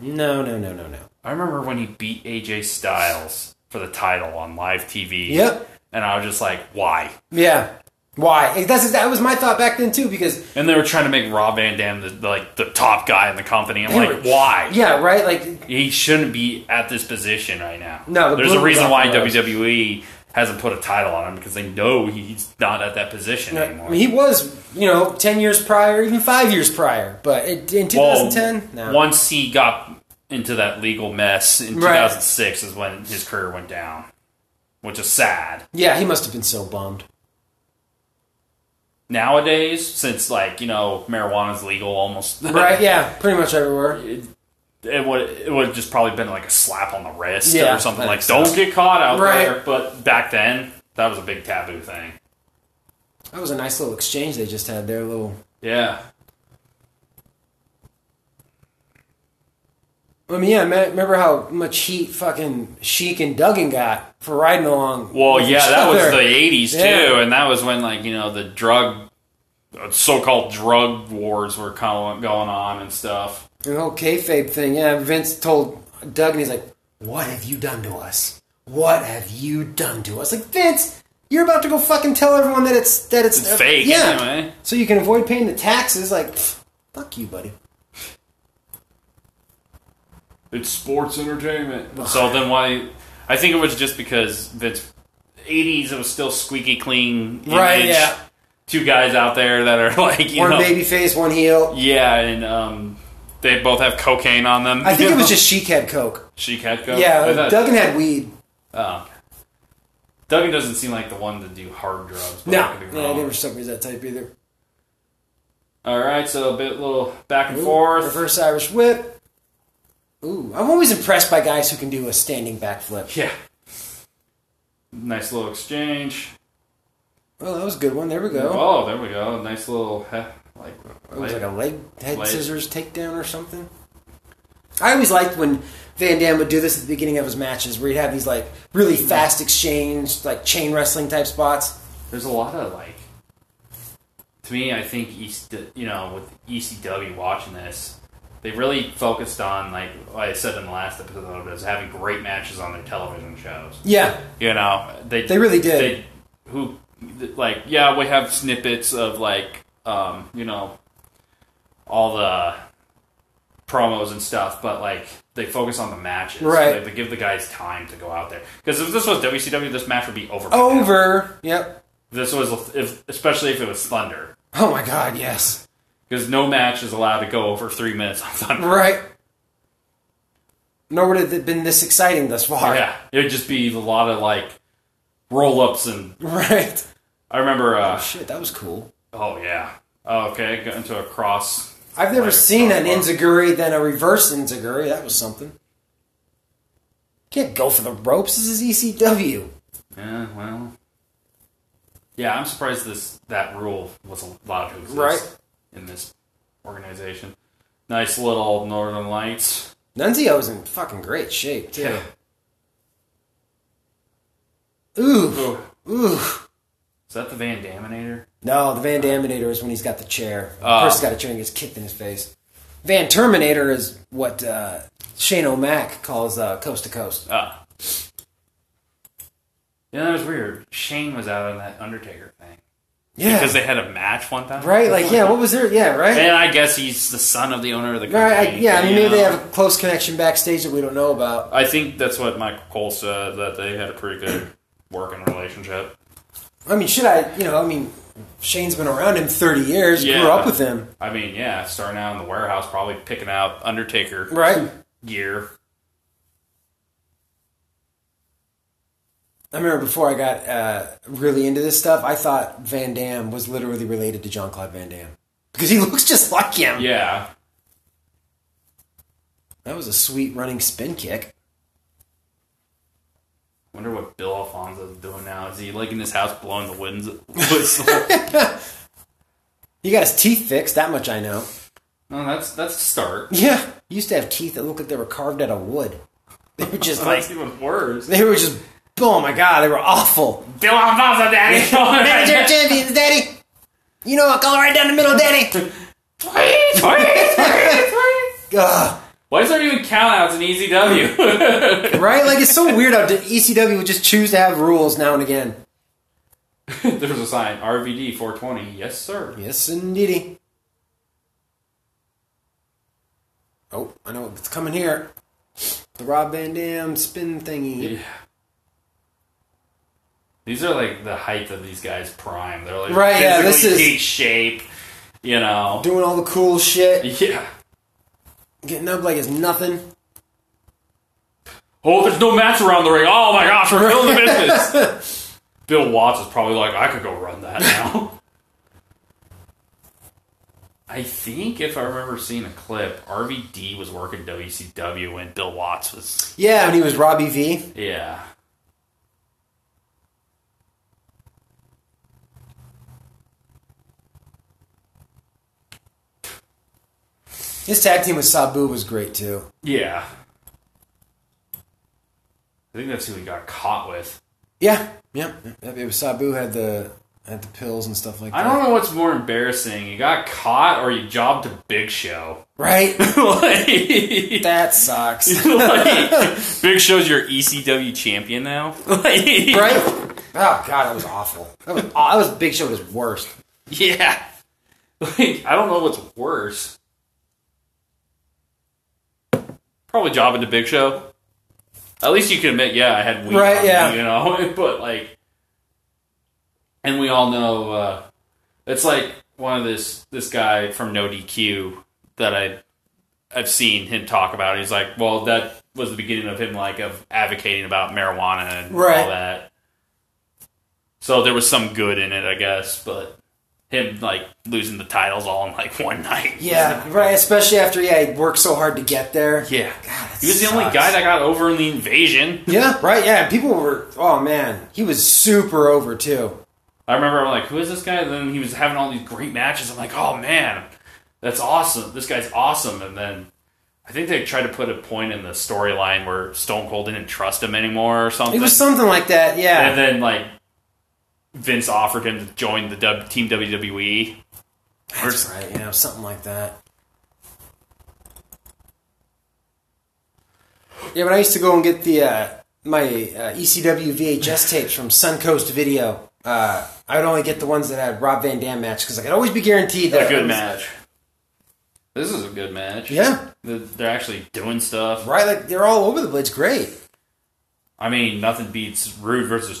[SPEAKER 1] no, no, no, no, no.
[SPEAKER 2] I remember when he beat AJ Styles for the title on live TV.
[SPEAKER 1] Yep.
[SPEAKER 2] And I was just like, why?
[SPEAKER 1] Yeah. Why? That's that was my thought back then too. Because
[SPEAKER 2] And they were trying to make Rob Van Dam the, the, like the top guy in the company. I'm
[SPEAKER 1] They
[SPEAKER 2] like,
[SPEAKER 1] were-
[SPEAKER 2] why?
[SPEAKER 1] yeah, right. Like,
[SPEAKER 2] He shouldn't be at this position right now.
[SPEAKER 1] No, the
[SPEAKER 2] there's a
[SPEAKER 1] blue
[SPEAKER 2] reason
[SPEAKER 1] rock
[SPEAKER 2] why
[SPEAKER 1] and roll.
[SPEAKER 2] WWE hasn't put a title on him because they know he's not at that position
[SPEAKER 1] I
[SPEAKER 2] anymore.
[SPEAKER 1] mean, he was you know ten years prior, even five years prior, but it, in
[SPEAKER 2] Well,
[SPEAKER 1] 2010, no.
[SPEAKER 2] Once he got into that legal mess in
[SPEAKER 1] Right.
[SPEAKER 2] 2006 is when his career went down, which is sad.
[SPEAKER 1] yeah, he must have been so bummed.
[SPEAKER 2] Nowadays, since like you know marijuana's legal almost,
[SPEAKER 1] Right? Yeah, pretty much everywhere.
[SPEAKER 2] it would it would have just probably been like a slap on the wrist
[SPEAKER 1] Yeah,
[SPEAKER 2] or something
[SPEAKER 1] that
[SPEAKER 2] like
[SPEAKER 1] makes
[SPEAKER 2] don't
[SPEAKER 1] sense.
[SPEAKER 2] get caught out
[SPEAKER 1] Right.
[SPEAKER 2] there. But back then, that was a big taboo thing.
[SPEAKER 1] That was a nice little exchange they just had there. A little.
[SPEAKER 2] Yeah,
[SPEAKER 1] I mean, yeah. me- Remember how much heat fucking Sheik and Duggan got for riding along?
[SPEAKER 2] Well,
[SPEAKER 1] with
[SPEAKER 2] yeah,
[SPEAKER 1] each
[SPEAKER 2] that was
[SPEAKER 1] other?
[SPEAKER 2] the '80s too,
[SPEAKER 1] Yeah.
[SPEAKER 2] and that was when like you know the drug, uh, so-called drug wars were kind of going on and stuff.
[SPEAKER 1] The whole kayfabe thing, yeah. Vince told Doug, and he's like, "What have you done to us? What have you done to us?" Like Vince, you're about to go fucking tell everyone that it's that it's,
[SPEAKER 2] It's fake
[SPEAKER 1] yeah.
[SPEAKER 2] anyway.
[SPEAKER 1] So you can avoid paying the taxes. Like, pfft, fuck you, buddy.
[SPEAKER 2] It's sports entertainment. So then why? I think it was just because Vince '80s it was still squeaky clean, image,
[SPEAKER 1] Right, yeah.
[SPEAKER 2] Two guys out there that are like you
[SPEAKER 1] One
[SPEAKER 2] know,
[SPEAKER 1] baby face, one heel.
[SPEAKER 2] yeah, and um, they both have cocaine on them.
[SPEAKER 1] I think it was just Sheik had coke.
[SPEAKER 2] she cat coke.
[SPEAKER 1] yeah,
[SPEAKER 2] Oh, I thought-
[SPEAKER 1] Duggan had weed.
[SPEAKER 2] Oh. Duggan doesn't seem like the one to do hard drugs. But I
[SPEAKER 1] No,
[SPEAKER 2] could be
[SPEAKER 1] yeah, I
[SPEAKER 2] wrong.
[SPEAKER 1] never stuck with that type either.
[SPEAKER 2] All right, so a bit little back and
[SPEAKER 1] Ooh,
[SPEAKER 2] forth.
[SPEAKER 1] Reverse Irish whip. Ooh, I'm always impressed by guys who can do a standing backflip.
[SPEAKER 2] Yeah. Nice little exchange.
[SPEAKER 1] Well, Oh, that was a good one. There we go.
[SPEAKER 2] Oh, there we go. Nice little heh, like
[SPEAKER 1] It was like a leg head
[SPEAKER 2] Leg.
[SPEAKER 1] scissors takedown or something. I always liked when Van Damme would do this at the beginning of his matches, where he'd have these like really fast exchange, like chain wrestling type spots.
[SPEAKER 2] There's a lot of like. To me, I think East, you know, with ECW watching this, they really focused on like what I said in the last episode is having great matches on their television shows.
[SPEAKER 1] Yeah,
[SPEAKER 2] You know, they
[SPEAKER 1] They really did.
[SPEAKER 2] They, who, like, yeah, we have snippets of like, um, you know, all the promos and stuff, but like they focus on the matches.
[SPEAKER 1] Right.
[SPEAKER 2] They, they give the guys time to go out there because if this was WCW, this match would be over. by now.
[SPEAKER 1] over. Yep.
[SPEAKER 2] This was, if, especially if it was Thunder,
[SPEAKER 1] Oh my God, yes.
[SPEAKER 2] because no match is allowed to go over three minutes on Thunder.
[SPEAKER 1] Right. Nor would it have been this exciting thus far.
[SPEAKER 2] Yeah, it would just be a lot of like roll ups and
[SPEAKER 1] Right.
[SPEAKER 2] I remember. Uh,
[SPEAKER 1] Shit, that was cool.
[SPEAKER 2] oh yeah. Oh, okay, got into a cross.
[SPEAKER 1] I've never
[SPEAKER 2] Like a
[SPEAKER 1] seen an
[SPEAKER 2] crossbar.
[SPEAKER 1] enziguri than a reverse enziguri. That was something. Can't go for the ropes. This is E ECW.
[SPEAKER 2] Yeah, well. Yeah, I'm surprised this that rule was allowed to exist
[SPEAKER 1] Right.
[SPEAKER 2] in this organization. Nice little Northern Lights.
[SPEAKER 1] Nunzio's in fucking great shape too. Ooh,
[SPEAKER 2] Ooh.
[SPEAKER 1] ooh.
[SPEAKER 2] Is that the Van Daminator?
[SPEAKER 1] No, the Van Daminator is when he's got the chair. Uh,
[SPEAKER 2] Ah.
[SPEAKER 1] Chris got a chair and gets kicked in his face. Van Terminator is what uh, Shane O'Mac calls uh, coast to coast.
[SPEAKER 2] Ah. Yeah, that was weird. Shane was out on that Undertaker thing.
[SPEAKER 1] Yeah,
[SPEAKER 2] Because they had a match one time.
[SPEAKER 1] right. Like, yeah, what was there? Yeah, right.
[SPEAKER 2] And I guess he's the son of the owner of the company.
[SPEAKER 1] Right, I, yeah, I mean,
[SPEAKER 2] you
[SPEAKER 1] maybe they
[SPEAKER 2] know?
[SPEAKER 1] have a close connection backstage that we don't know about.
[SPEAKER 2] I think that's what Michael Cole said, that they had a pretty good working relationship.
[SPEAKER 1] I mean, should I, you know, I mean, Shane's been around him 30 years,
[SPEAKER 2] Yeah.
[SPEAKER 1] grew up with him.
[SPEAKER 2] I mean, yeah, starting out in the warehouse, probably picking out Undertaker
[SPEAKER 1] Right.
[SPEAKER 2] gear.
[SPEAKER 1] I remember before I got uh, really into this stuff, I thought Van Damme was literally related to Jean Claude Van Damme because he looks just like him.
[SPEAKER 2] Yeah.
[SPEAKER 1] That was a sweet running spin kick.
[SPEAKER 2] Wonder what Bill Alfonso's doing now. Is he like in his house blowing the winds whistle? no,
[SPEAKER 1] He got his teeth fixed, that much I know.
[SPEAKER 2] that's that's a start.
[SPEAKER 1] Yeah. He used to have teeth that looked like they were carved out of wood. They were just like,
[SPEAKER 2] That's even worse.
[SPEAKER 1] they were just, oh my God, they were awful.
[SPEAKER 2] Bill Alfonso, daddy.
[SPEAKER 1] Manager of champions, daddy. You know what? Call it right down the middle, daddy.
[SPEAKER 2] Tweet, tweet, tweet, tweet.
[SPEAKER 1] Ugh.
[SPEAKER 2] Why is there even countouts in ECW?
[SPEAKER 1] Right? Like, it's so weird how d- ECW would just choose to have rules now and again.
[SPEAKER 2] There's a sign RVD 420. Yes, sir.
[SPEAKER 1] Yes, indeedy. Oh, I know what's coming here. The Rob Van Dam spin thingy.
[SPEAKER 2] Yeah. These are like the height of these guys' prime. They're like
[SPEAKER 1] Right, yeah, this
[SPEAKER 2] physically
[SPEAKER 1] is-
[SPEAKER 2] T-shape. You know.
[SPEAKER 1] Doing all the cool shit.
[SPEAKER 2] Yeah.
[SPEAKER 1] Getting up like it's nothing.
[SPEAKER 2] Oh, there's no mats around the ring. Oh my gosh, we're killing the business. Bill Watts is probably like, I could go run that now. I think if I remember seeing a clip, RVD was working WCW when Bill Watts was.
[SPEAKER 1] Yeah, and he was Robbie V.
[SPEAKER 2] Yeah.
[SPEAKER 1] His tag team with Sabu was great too.
[SPEAKER 2] Yeah. I think that's who he got caught with.
[SPEAKER 1] Yeah, yeah. It was Sabu had the had the pills and stuff like
[SPEAKER 2] I
[SPEAKER 1] that.
[SPEAKER 2] don't know what's more embarrassing. You got caught or you jobbed to Big Show.
[SPEAKER 1] Right?
[SPEAKER 2] like,
[SPEAKER 1] that sucks.
[SPEAKER 2] like, Big Show's your ECW champion now. Like,
[SPEAKER 1] right? Oh god, that was awful. That was aw- that was Big Show at his worst.
[SPEAKER 2] Yeah. Like, I don't know what's worse. Probably jobbing to Big Show. At least you can admit, yeah, I had weed.
[SPEAKER 1] Right,
[SPEAKER 2] on me,
[SPEAKER 1] yeah.
[SPEAKER 2] You know, but like, and we all know uh, it's like one of this this guy from No DQ that I I've seen him talk about. He's like, well, that was the beginning of him like of advocating about marijuana and
[SPEAKER 1] Right.
[SPEAKER 2] all that. So there was some good in it, I guess, but him like losing the titles all in like one night.
[SPEAKER 1] Yeah, right. Especially after yeah, he worked so hard to get there.
[SPEAKER 2] Yeah.
[SPEAKER 1] God,
[SPEAKER 2] he was the only
[SPEAKER 1] sucks.
[SPEAKER 2] guy that got over in the invasion.
[SPEAKER 1] Yeah, right. Yeah, people were. Oh man, he was super over too.
[SPEAKER 2] I remember I'm like, who is this guy? And then he was having all these great matches. I'm like, oh man, that's awesome. This guy's awesome. And then I think they tried to put a point in the storyline where Stone Cold didn't trust him anymore or something.
[SPEAKER 1] It was something like that.
[SPEAKER 2] and
[SPEAKER 1] Yeah,
[SPEAKER 2] then like Vince offered him to join the w- E. team WWE.
[SPEAKER 1] that's right. Yeah, something like that. Yeah, but I used to go and get the uh, my uh, ECW VHS tapes from Suncoast Video. Uh, I would only get the ones that had Rob Van Dam match because I could always be guaranteed that
[SPEAKER 2] a
[SPEAKER 1] it
[SPEAKER 2] good
[SPEAKER 1] was-
[SPEAKER 2] match. This is a good match.
[SPEAKER 1] Yeah,
[SPEAKER 2] They're- They're actually doing stuff.
[SPEAKER 1] right. Like they're all over the place. Great.
[SPEAKER 2] I mean, nothing beats Rude versus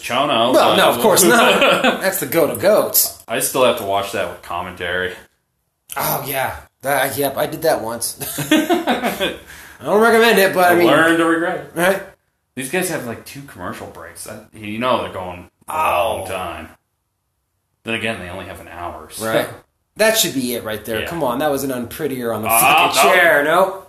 [SPEAKER 1] Well,
[SPEAKER 2] Chono. but-
[SPEAKER 1] no, of course not. That's the go to goats.
[SPEAKER 2] I still have to watch that with commentary.
[SPEAKER 1] Oh yeah, that, yep. I did that once. I don't recommend it, but I mean,
[SPEAKER 2] Learn to regret. it.
[SPEAKER 1] right?
[SPEAKER 2] These guys have like two commercial breaks. That, you know they're going a
[SPEAKER 1] Oh.
[SPEAKER 2] long time. Then again, they only have an hour. so-
[SPEAKER 1] Right. That should be it right there.
[SPEAKER 2] Yeah.
[SPEAKER 1] Come on, that was an unprettier on the
[SPEAKER 2] Ah,
[SPEAKER 1] fucking
[SPEAKER 2] no.
[SPEAKER 1] chair. No,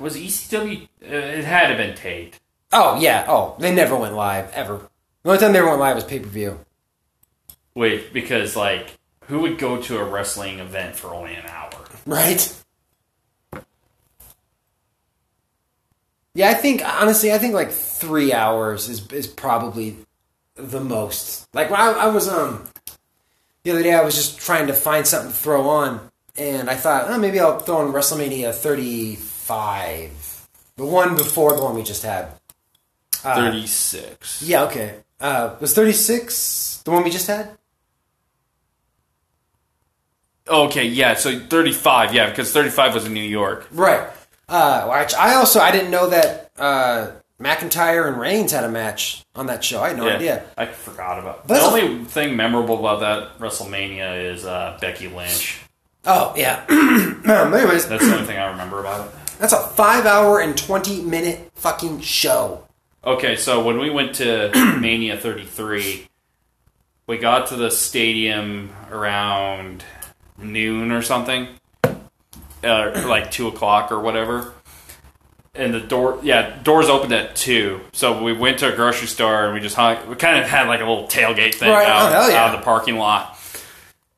[SPEAKER 2] Was ECW? Uh, it had to have been taped.
[SPEAKER 1] oh yeah, oh they never went live ever. The only time they ever went live was pay per view.
[SPEAKER 2] Wait, because like who would go to a wrestling event for only an hour?
[SPEAKER 1] Right? Yeah, I think honestly, I think like three hours is is probably the most. Like when I, I was um the other day, I was just trying to find something to throw on, and I thought, oh, maybe I'll throw on WrestleMania 35, the one before the one we just had.
[SPEAKER 2] Thirty six.
[SPEAKER 1] Yeah, okay. Uh, was 36 the one we just had?
[SPEAKER 2] Okay, yeah. So thirty five. Yeah, because thirty five was in New York.
[SPEAKER 1] Right. Uh, which I also I didn't know that uh, McIntyre and Reigns had a match on that show. I had no idea.
[SPEAKER 2] I forgot about.
[SPEAKER 1] But-
[SPEAKER 2] the only thing memorable about that WrestleMania is uh, Becky Lynch.
[SPEAKER 1] Oh yeah. Um, anyways,
[SPEAKER 2] That's the only thing I remember about it.
[SPEAKER 1] that's a five hour and twenty minute fucking show.
[SPEAKER 2] Okay, so when we went to Mania 33, we got to the stadium around noon or something, uh, like two o'clock or whatever. And the door, yeah, doors opened at two. So we went to a grocery store and we just hung. We kind of had like a little tailgate thing
[SPEAKER 1] Right,
[SPEAKER 2] out,
[SPEAKER 1] oh, hell yeah.
[SPEAKER 2] out of the parking lot.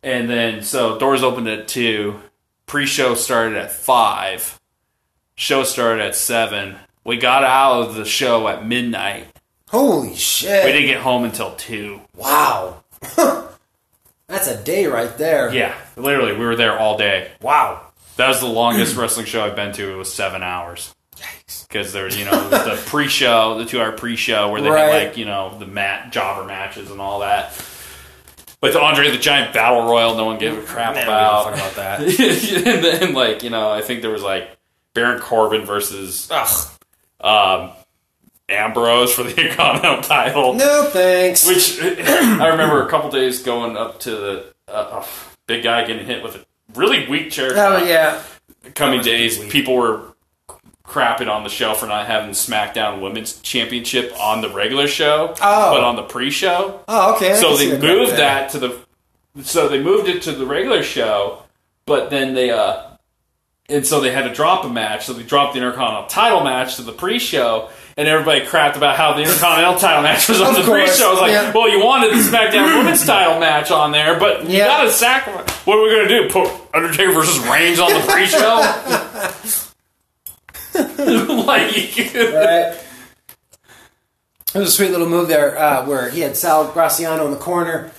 [SPEAKER 2] And then so doors opened at two. Pre-show started at five show started at seven. We got out of the show at midnight.
[SPEAKER 1] Holy shit!
[SPEAKER 2] We didn't get home until two.
[SPEAKER 1] Wow. that's a day right there.
[SPEAKER 2] Yeah, literally, we were there all day.
[SPEAKER 1] Wow.
[SPEAKER 2] That was the longest wrestling show I've been to. It was seven hours
[SPEAKER 1] Yikes.
[SPEAKER 2] because there was, you know, the pre-show, the two-hour pre-show where they
[SPEAKER 1] Right.
[SPEAKER 2] had like you know the mat jobber matches and all that. But the Andre the Giant Battle Royal, no one gave a crap
[SPEAKER 1] Mm, Man,
[SPEAKER 2] about.
[SPEAKER 1] we don't fuck about that.
[SPEAKER 2] and then like you know, I think there was like Baron Corbin versus
[SPEAKER 1] Ugh.
[SPEAKER 2] um, Ambrose for the Intercontinental title.
[SPEAKER 1] No thanks.
[SPEAKER 2] Which I remember a couple days going up to the uh, uh, big guy getting hit with a really weak chair.
[SPEAKER 1] oh yeah.
[SPEAKER 2] Coming
[SPEAKER 1] pretty
[SPEAKER 2] days,
[SPEAKER 1] weak.
[SPEAKER 2] people were crapping on the show for not having SmackDown Women's Championship on the regular show,
[SPEAKER 1] Oh.
[SPEAKER 2] but on the pre-show.
[SPEAKER 1] Oh okay. I
[SPEAKER 2] so
[SPEAKER 1] can see
[SPEAKER 2] they
[SPEAKER 1] it right
[SPEAKER 2] moved
[SPEAKER 1] there.
[SPEAKER 2] that to the. So they moved it to the regular show, but then they uh, and so they had to drop a match. So they dropped the Intercontinental Title match to the pre-show, and everybody crapped about how the Intercontinental Title match was on
[SPEAKER 1] Of
[SPEAKER 2] the
[SPEAKER 1] course,
[SPEAKER 2] pre-show. I was like,
[SPEAKER 1] yeah.
[SPEAKER 2] well, you wanted the SmackDown Women's Title match on there, but you
[SPEAKER 1] Yeah.
[SPEAKER 2] got to sacrifice. What are we going to do? Put Undertaker versus Reigns on the pre-show? like,
[SPEAKER 1] Right. It was a sweet little move there uh, where he had Sal Graciano in the corner.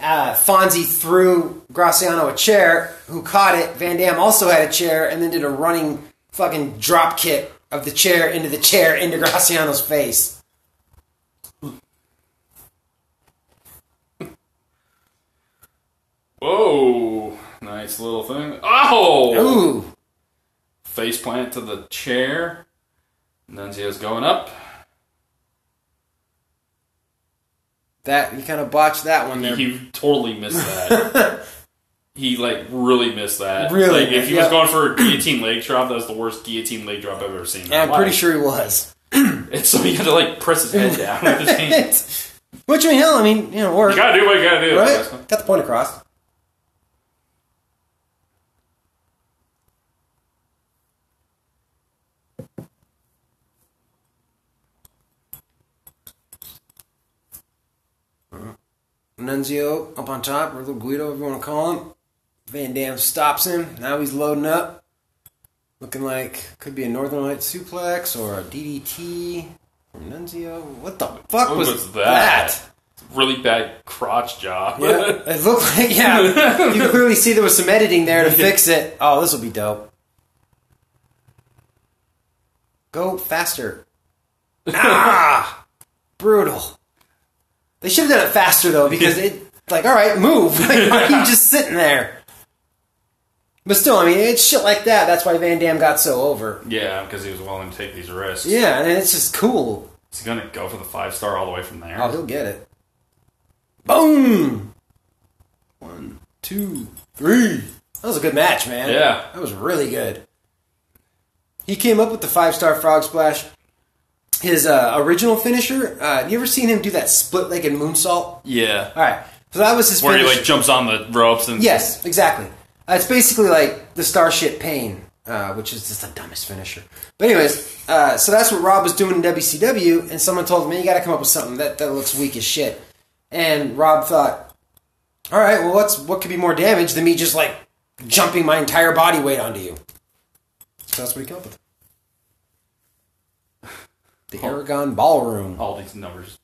[SPEAKER 1] Uh, Fonzie threw Graciano a chair, who caught it. Van Dam also had a chair and then did a running fucking drop kick of the chair into the chair into Graciano's face.
[SPEAKER 2] whoa, nice little thing. Oh,
[SPEAKER 1] Ooh.
[SPEAKER 2] face plant to the chair. Nunzio's going up.
[SPEAKER 1] That you kind of botched that one there.
[SPEAKER 2] He totally missed that. he like really missed that.
[SPEAKER 1] Really?
[SPEAKER 2] Like, if he
[SPEAKER 1] Yeah.
[SPEAKER 2] was going for a guillotine leg drop, that was the worst guillotine leg drop I've ever seen. in
[SPEAKER 1] Yeah,
[SPEAKER 2] my
[SPEAKER 1] I'm pretty
[SPEAKER 2] life.
[SPEAKER 1] sure he was.
[SPEAKER 2] And so he had to like press his head down with his hand.
[SPEAKER 1] Which I mean, hell, I mean, you know,
[SPEAKER 2] You
[SPEAKER 1] work, right?
[SPEAKER 2] gotta do what you gotta do.
[SPEAKER 1] Got the point across. Nunzio up on top, or little Guido, if you want to call him. Van Dam stops him. Now he's loading up. Looking like could be a Northern Light suplex or a DDT from Nunzio. What the fuck
[SPEAKER 2] What
[SPEAKER 1] was,
[SPEAKER 2] was
[SPEAKER 1] that?
[SPEAKER 2] that? Really bad crotch job.
[SPEAKER 1] Yeah, it looked like yeah. You clearly see there was some editing there to fix it. Oh, this will be dope. Go faster. Ah, brutal. They should have done it faster though, because it like all right, move. Like, why are you just sitting there? But still, I mean, it's shit like that. That's why Van Damme got so over.
[SPEAKER 2] yeah, because he was willing to take these risks.
[SPEAKER 1] Yeah, and it's just cool.
[SPEAKER 2] He's gonna go for the five star all the way from there.
[SPEAKER 1] Oh, he'll get it. Boom! One, two, three. That was a good match, man.
[SPEAKER 2] Yeah.
[SPEAKER 1] That was really good. He came up with the five star frog splash. His uh, original finisher, uh, you ever seen him do that split legged moonsault?
[SPEAKER 2] yeah.
[SPEAKER 1] Alright, so that was his
[SPEAKER 2] Where he
[SPEAKER 1] finisher.
[SPEAKER 2] like jumps on the ropes and
[SPEAKER 1] Yes, exactly. Uh, it's basically like the Starship Pain, uh, which is just the dumbest finisher. But anyways, uh, so that's what Rob was doing in WCW, and someone told him, "Man, you got to come up with something that, that looks weak as shit." And Rob thought, "All right, well, what's what could be more damage than me just like jumping my entire body weight onto you?" So that's what he came up with. The Aragon Ballroom.
[SPEAKER 2] All these numbers.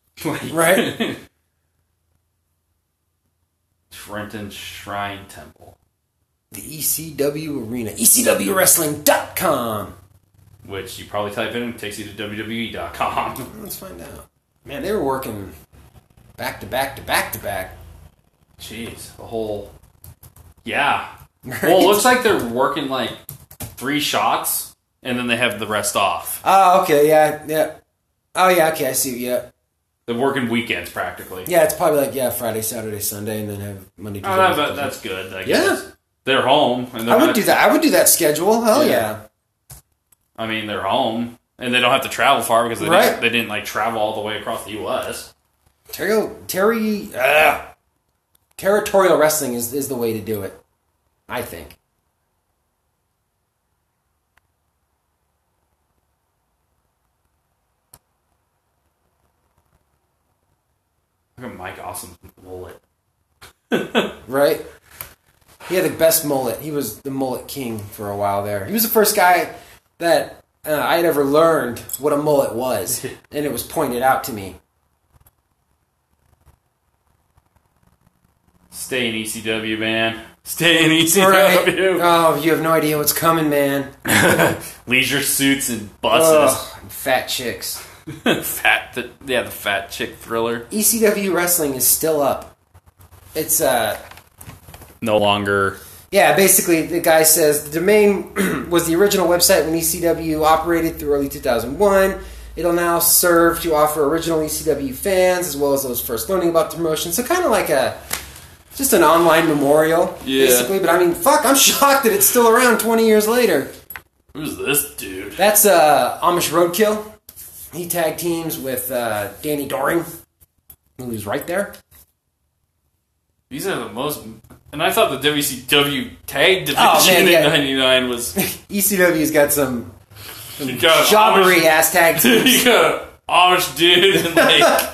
[SPEAKER 1] Right?
[SPEAKER 2] Trenton Shrine Temple,
[SPEAKER 1] the ECW Arena. E ECWWrestling.com.
[SPEAKER 2] which you probably type in and it takes you to E WWE.com.
[SPEAKER 1] Let's find out. Man, they were working back to back to back to back.
[SPEAKER 2] Jeez, the whole. Yeah. Well, it looks like they're working like three shots and then they have the rest off.
[SPEAKER 1] Oh, okay, yeah, yeah. Oh, yeah, okay, I see, yeah.
[SPEAKER 2] They're working weekends practically.
[SPEAKER 1] Yeah, it's probably like, yeah, Friday, Saturday, Sunday, and then have Monday, Tuesday.
[SPEAKER 2] Oh, that,
[SPEAKER 1] Wednesday.
[SPEAKER 2] that- that's good. I
[SPEAKER 1] yeah,
[SPEAKER 2] guess. They're home. And they're
[SPEAKER 1] I would
[SPEAKER 2] not-
[SPEAKER 1] do that. I would do that schedule. Hell yeah.
[SPEAKER 2] I mean, they're home. And they don't have to travel far because they,
[SPEAKER 1] Right.
[SPEAKER 2] didn't, they didn't like travel all the way across the U.S.
[SPEAKER 1] Terry, Terry ah. territorial wrestling is, is the way to do it, I think.
[SPEAKER 2] Look at Mike Awesome mullet.
[SPEAKER 1] Right? He had the best mullet. He was the mullet king for a while there. He was the first guy that uh, I had ever learned what a mullet was, and it was pointed out to me.
[SPEAKER 2] Stay in ECW, man. Stay in E ECW.
[SPEAKER 1] Right? Oh, you have no idea what's coming, man.
[SPEAKER 2] Leisure suits and buses.
[SPEAKER 1] Ugh, fat chicks.
[SPEAKER 2] fat, the, yeah, the fat chick thriller.
[SPEAKER 1] ECW wrestling is still up. It's uh
[SPEAKER 2] No longer.
[SPEAKER 1] Yeah, basically, the guy says the domain was the original website when ECW operated through early 2001. It'll now serve to offer original ECW fans as well as those first learning about the promotion. So kind of like a just an online memorial,
[SPEAKER 2] Yeah.
[SPEAKER 1] basically. But I mean, fuck, I'm shocked that it's still around 20 years later.
[SPEAKER 2] Who's this dude?
[SPEAKER 1] That's uh, Amish Roadkill. He tag teams with uh, Danny Doring, who was right there.
[SPEAKER 2] These are the most. And I thought the WCW tag division
[SPEAKER 1] Oh, man, yeah.
[SPEAKER 2] in '99 was.
[SPEAKER 1] ECW's E got some
[SPEAKER 2] You got
[SPEAKER 1] jobbery
[SPEAKER 2] Amish,
[SPEAKER 1] ass tag teams.
[SPEAKER 2] you got Amish dude and like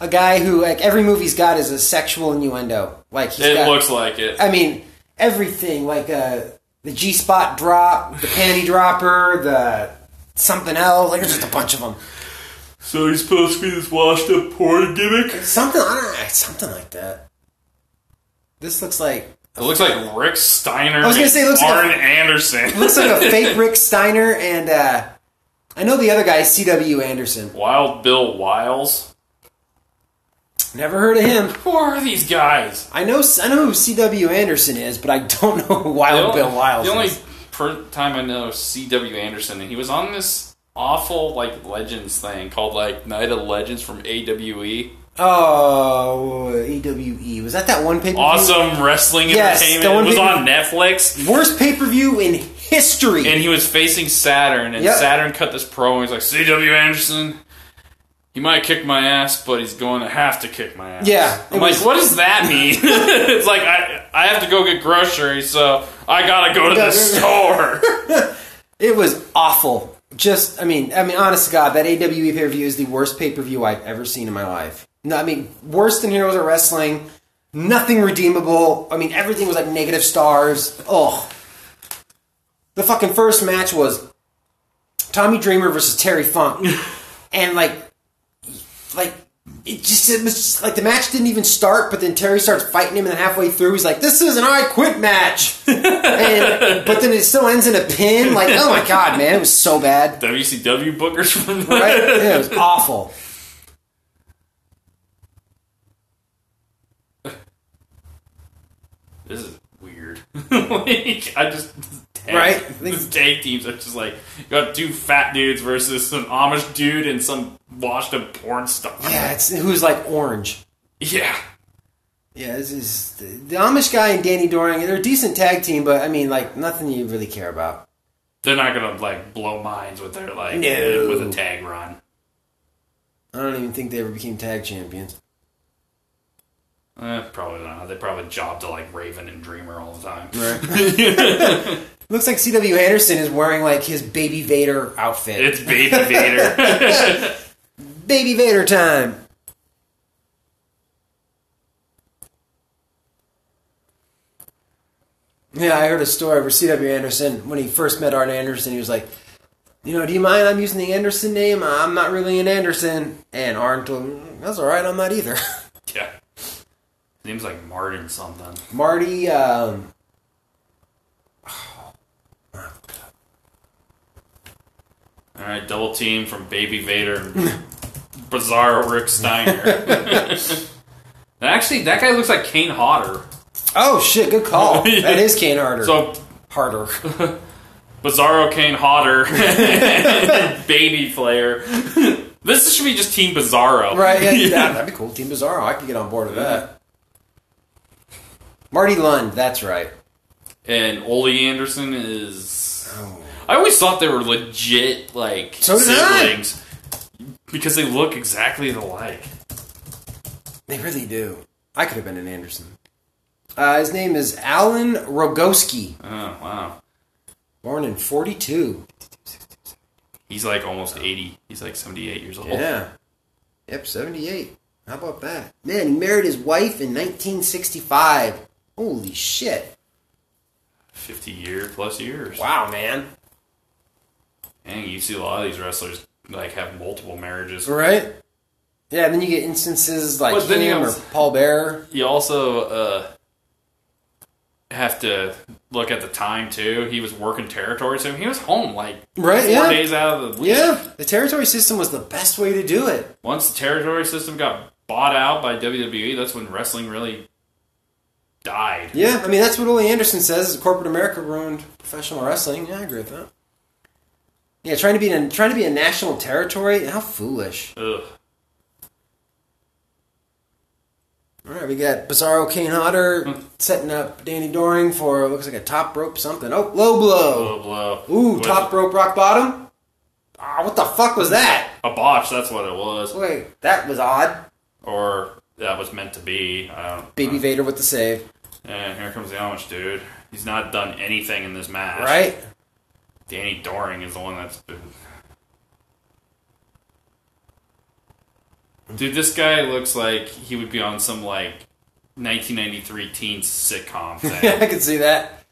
[SPEAKER 1] a guy who like every movie he's got is a sexual innuendo. Like he's
[SPEAKER 2] it
[SPEAKER 1] got,
[SPEAKER 2] looks like it.
[SPEAKER 1] I mean, everything like uh, the G spot drop, the panty dropper, the something else. Like there's just a bunch of them.
[SPEAKER 2] So he's supposed to be this washed up porn gimmick. It
[SPEAKER 1] Something I don't know, something like that. This looks like
[SPEAKER 2] looks like Rick Steiner. I
[SPEAKER 1] was gonna say, it looks like
[SPEAKER 2] Arn
[SPEAKER 1] a-
[SPEAKER 2] Anderson.
[SPEAKER 1] looks like a fake Rick Steiner and uh, I know the other guy is C.W. Anderson.
[SPEAKER 2] Wild Bill Wiles.
[SPEAKER 1] Never heard of him.
[SPEAKER 2] Who are these guys?
[SPEAKER 1] I know I know who C.W. Anderson is, but I don't know who
[SPEAKER 2] The
[SPEAKER 1] Wild
[SPEAKER 2] only-
[SPEAKER 1] Bill Wiles.
[SPEAKER 2] The only
[SPEAKER 1] is.
[SPEAKER 2] per- time I know C.W. Anderson, and he was on this awful like Legends thing called like Night of Legends from E. AWE.
[SPEAKER 1] Mm-hmm. Oh, AWE. Was that that one paper?
[SPEAKER 2] Awesome wrestling
[SPEAKER 1] Yes,
[SPEAKER 2] entertainment.
[SPEAKER 1] the one
[SPEAKER 2] it was
[SPEAKER 1] who-
[SPEAKER 2] on Netflix.
[SPEAKER 1] Worst pay per view in history.
[SPEAKER 2] And he was facing Saturn, and
[SPEAKER 1] Yep.
[SPEAKER 2] Saturn cut this pro, and he's like, C.W. Anderson, he might kick my ass, but he's going to have to kick my ass.
[SPEAKER 1] Yeah,
[SPEAKER 2] I'm
[SPEAKER 1] it
[SPEAKER 2] like,
[SPEAKER 1] was-
[SPEAKER 2] what does that mean? it's like, I, I have to go get groceries, so I gotta go to the store.
[SPEAKER 1] it was awful. Just, I mean, I mean, honest to God, that AWE pay per view is the worst pay per view I've ever seen in my life. No, I mean, worse than Heroes of Wrestling. Nothing redeemable. I mean, everything was like negative stars. Ugh. The fucking first match was Tommy Dreamer versus Terry Funk, and like, like it just it was just, like the match didn't even start, but then Terry starts fighting him, and then halfway through he's like, "This is an I Quit match." and, but then it still ends in a pin. Like, oh my god, man, it was so bad.
[SPEAKER 2] WCW bookers from
[SPEAKER 1] Right? Yeah, it was awful.
[SPEAKER 2] This is weird. like, I just tag,
[SPEAKER 1] Right?
[SPEAKER 2] These tag teams are just like you got two fat dudes versus some Amish dude and some washed up porn star.
[SPEAKER 1] Yeah, it's who's like orange.
[SPEAKER 2] Yeah.
[SPEAKER 1] Yeah, this is the, the Amish guy and Danny Doring. They're a decent tag team, but I mean, like nothing you really care about.
[SPEAKER 2] They're not gonna like blow minds with their like
[SPEAKER 1] No.
[SPEAKER 2] with a tag run.
[SPEAKER 1] I don't even think they ever became tag champions.
[SPEAKER 2] Eh, probably not. They probably job to like Raven and Dreamer all the time.
[SPEAKER 1] Looks like C.W. Anderson is wearing like his baby Vader outfit.
[SPEAKER 2] It's Baby Vader.
[SPEAKER 1] Baby Vader time. Yeah, I heard a story where C.W. Anderson, when he first met Arn Anderson, he was like, you know, do you mind? I'm using the Anderson name. I'm not really an Anderson. And Arnold, "Mm, that's all right. I'm not either.
[SPEAKER 2] Yeah. Name's like Martin something.
[SPEAKER 1] Marty, um,
[SPEAKER 2] All right, double team from Baby Vader and Bizarro Rick Steiner. Actually, that guy looks like Kane Hodder.
[SPEAKER 1] oh shit, good call. That is Kane Harder.
[SPEAKER 2] So
[SPEAKER 1] Harder.
[SPEAKER 2] Bizarro Kane Hodder, Baby Flair. This should be just Team Bizarro,
[SPEAKER 1] Right, yeah, yeah, that'd be cool. Team Bizarro, I could get on board with that. Marty Lund, that's right.
[SPEAKER 2] And Ole Anderson is. I always thought they were legit, like
[SPEAKER 1] So did I.
[SPEAKER 2] siblings, because they look exactly alike.
[SPEAKER 1] They really do. I could have been an Anderson. Uh, his name is Alan Rogoski,
[SPEAKER 2] Oh wow,
[SPEAKER 1] born in 42.
[SPEAKER 2] he's like almost eighty. He's like seventy-eight years old.
[SPEAKER 1] Yeah. Oh. Yep, 78. How about that? Man, he married his wife in 1965. Holy shit.
[SPEAKER 2] fifty year plus years.
[SPEAKER 1] Wow, man.
[SPEAKER 2] Dang, you see a lot of these wrestlers like have multiple marriages.
[SPEAKER 1] Right? Yeah, then you get instances like
[SPEAKER 2] But then you
[SPEAKER 1] him or
[SPEAKER 2] have-
[SPEAKER 1] Paul Bearer.
[SPEAKER 2] You also uh, have to look at the time too. He was working territory, so he was home like
[SPEAKER 1] Right,
[SPEAKER 2] four
[SPEAKER 1] yeah.
[SPEAKER 2] days out of the week.
[SPEAKER 1] Yeah, the territory system was the best way to do it.
[SPEAKER 2] Once the territory system got bought out by WWE, that's when wrestling really died.
[SPEAKER 1] Yeah, I mean that's what Ole Anderson says. Is corporate America ruined professional wrestling? Yeah, I agree with that. Yeah, trying to be in, trying to be a national territory. How foolish!
[SPEAKER 2] Ugh.
[SPEAKER 1] All right, we got Bizarro Kane Hodder setting up Danny Doring for looks like a top rope something. Oh, low blow.
[SPEAKER 2] Blow, blow.
[SPEAKER 1] Ooh,
[SPEAKER 2] With
[SPEAKER 1] top rope rock bottom. Ah, what the fuck was that?
[SPEAKER 2] A botch, that's what it was.
[SPEAKER 1] Wait, that was odd.
[SPEAKER 2] Or that was meant to be. I don't
[SPEAKER 1] Baby Vader with the save,
[SPEAKER 2] And here comes the Amish dude. He's not done anything in this match.
[SPEAKER 1] right?
[SPEAKER 2] Danny Doring is the one that's been. Dude, this guy looks like he would be on some like 1993 teen sitcom
[SPEAKER 1] Yeah,
[SPEAKER 2] thing.
[SPEAKER 1] I could see that.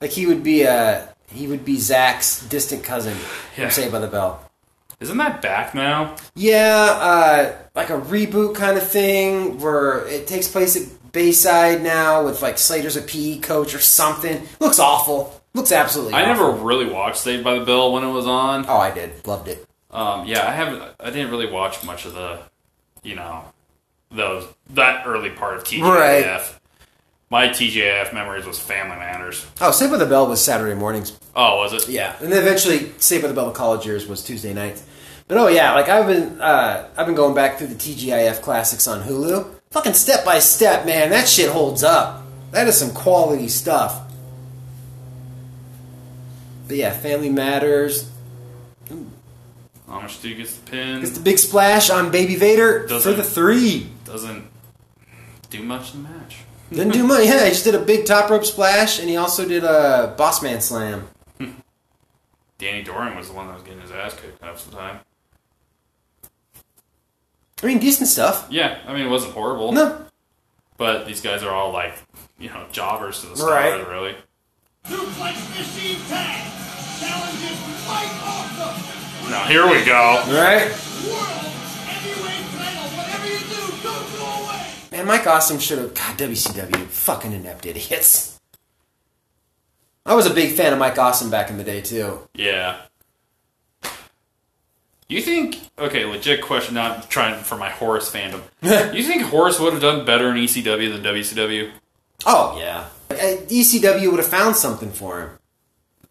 [SPEAKER 1] Like he would be uh he would be Zach's distant cousin
[SPEAKER 2] Yeah.
[SPEAKER 1] from Saved by the Bell.
[SPEAKER 2] Isn't that back now?
[SPEAKER 1] Yeah, uh, like a reboot kind of thing where it takes place at Bayside now with like Slater's a PE coach or something. Looks awful. Looks absolutely.
[SPEAKER 2] I
[SPEAKER 1] awful.
[SPEAKER 2] never really watched Saved by the Bell when it was on.
[SPEAKER 1] Oh, I did. Loved it.
[SPEAKER 2] Um, yeah, I haven't. I didn't really watch much of the, you know, those that early part of TJF. My TJF memories was Family Matters.
[SPEAKER 1] Oh, Saved by the Bell was Saturday mornings.
[SPEAKER 2] Oh, was it?
[SPEAKER 1] Yeah, and then eventually Saved by the Bell the college years was Tuesday nights. But oh yeah, like I've been uh, I've been going back through the TGIF classics on Hulu. Fucking step by step, man. That shit holds up. That is some quality stuff. But yeah, Family Matters,
[SPEAKER 2] Amish dude gets the pin.
[SPEAKER 1] It's the big splash on Baby Vader
[SPEAKER 2] Doesn't-
[SPEAKER 1] for the three.
[SPEAKER 2] doesn't do much in the match.
[SPEAKER 1] Didn't do much. Yeah, he just did a big top rope splash, and he also did a boss man slam.
[SPEAKER 2] Danny Doring was the one that was getting his ass kicked half the time.
[SPEAKER 1] I mean, decent stuff.
[SPEAKER 2] Yeah, I mean it wasn't horrible.
[SPEAKER 1] No,
[SPEAKER 2] But these guys are all like, you know, jobbers to the stars,
[SPEAKER 1] Right.
[SPEAKER 2] really.
[SPEAKER 4] Duplex machine tag. Challenges Mike Awesome.
[SPEAKER 2] Now here we go.
[SPEAKER 1] all right.
[SPEAKER 4] World heavyweight title. Whatever you do, don't go away.
[SPEAKER 1] Man, Mike Awesome should have. God, WCW, fucking inept idiots. I was a big fan of Mike Awesome back in the day too.
[SPEAKER 2] Yeah. You think? Okay, legit question. Not trying for my Horace fandom. you think Horace would have done better in ECW than WCW
[SPEAKER 1] Oh yeah, Like, uh, ECW would have found something for him.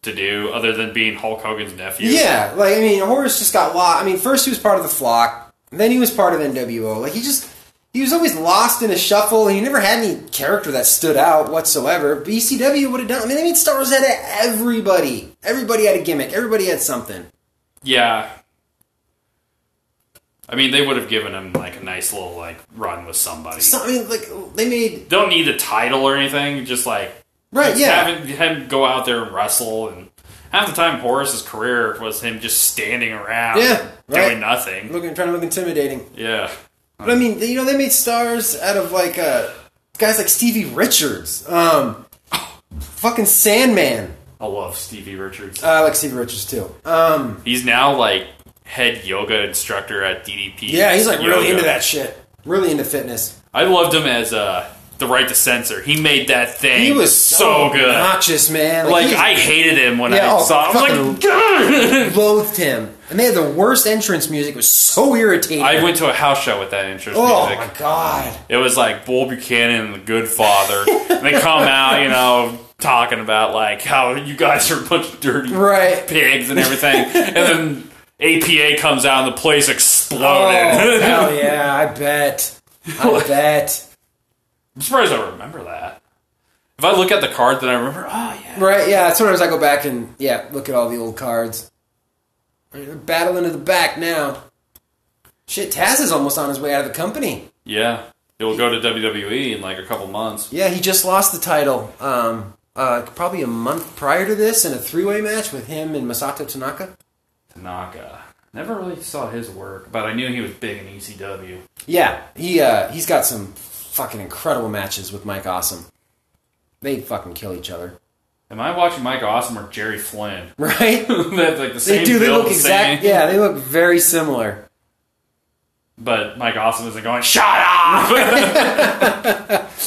[SPEAKER 2] to do other than being Hulk Hogan's nephew?
[SPEAKER 1] Yeah, like I mean, Horace just got lost. I mean, first he was part of the flock, then he was part of NWO. Like he just he was always lost in a shuffle. and He never had any character that stood out whatsoever. But ECW would have done. I mean, they made Star Wars out of everybody. Everybody had a gimmick. Everybody had something.
[SPEAKER 2] Yeah. I mean, they would have given him like a nice little like run with somebody.
[SPEAKER 1] So, I mean, like they made
[SPEAKER 2] Don't need a title or anything. Just like
[SPEAKER 1] right. Yeah,
[SPEAKER 2] have him, have him go out there and wrestle. And half the time, Horace's career was him just standing around,
[SPEAKER 1] Yeah, right.
[SPEAKER 2] doing nothing.
[SPEAKER 1] looking trying to look intimidating.
[SPEAKER 2] Yeah,
[SPEAKER 1] But I mean, you know, they made stars out of like uh, guys like Stevie Richards, um, fucking Sandman.
[SPEAKER 2] I love Stevie Richards.
[SPEAKER 1] I like Steve Richards too. Um,
[SPEAKER 2] He's now like head yoga instructor at DDP.
[SPEAKER 1] yeah, he's like really
[SPEAKER 2] Yoga.
[SPEAKER 1] into that shit. Really into fitness.
[SPEAKER 2] I loved him as uh, the right to censor. He made that thing.
[SPEAKER 1] He was
[SPEAKER 2] so good.
[SPEAKER 1] obnoxious, man.
[SPEAKER 2] Like
[SPEAKER 1] he was-
[SPEAKER 2] I hated him when
[SPEAKER 1] Yeah,
[SPEAKER 2] I
[SPEAKER 1] oh,
[SPEAKER 2] saw. Him. I was like, "Grr!"
[SPEAKER 1] loathed him, and they had the worst entrance music. It was so irritating.
[SPEAKER 2] I went to a house show with that interest
[SPEAKER 1] oh
[SPEAKER 2] music.
[SPEAKER 1] my god!
[SPEAKER 2] It was like Bull Buchanan and the Good Father. and they come out, you know, talking about like how you guys are a bunch of dirty
[SPEAKER 1] Right.
[SPEAKER 2] pigs and everything. and then APA comes out and the place exploded.
[SPEAKER 1] Oh hell yeah! I bet. I bet.
[SPEAKER 2] I'm surprised I remember that. If I look at the card, then I remember. Oh yeah,
[SPEAKER 1] Right? Yeah. Sometimes I go back and yeah, look at all the old cards. They're battling to the back now. Shit, Taz is almost on his way out of the company.
[SPEAKER 2] yeah. It will go to WWE in like a couple months.
[SPEAKER 1] Yeah, he just lost the title. Um, uh, probably a month prior to this in a three-way match with him and Masato Tanaka.
[SPEAKER 2] Tanaka. Never really saw his work, but I knew he was big in E ECW.
[SPEAKER 1] Yeah, he uh, he's got some fucking incredible matches with Mike Awesome. They fucking kill each other,
[SPEAKER 2] Am I watching Mike Awesome or Jerry Flynn?
[SPEAKER 1] right?
[SPEAKER 2] That's like the same.
[SPEAKER 1] they do. They
[SPEAKER 2] build,
[SPEAKER 1] look
[SPEAKER 2] the
[SPEAKER 1] exact.
[SPEAKER 2] same-
[SPEAKER 1] Yeah, they look very similar.
[SPEAKER 2] But Mike Awesome isn't going. Shut up.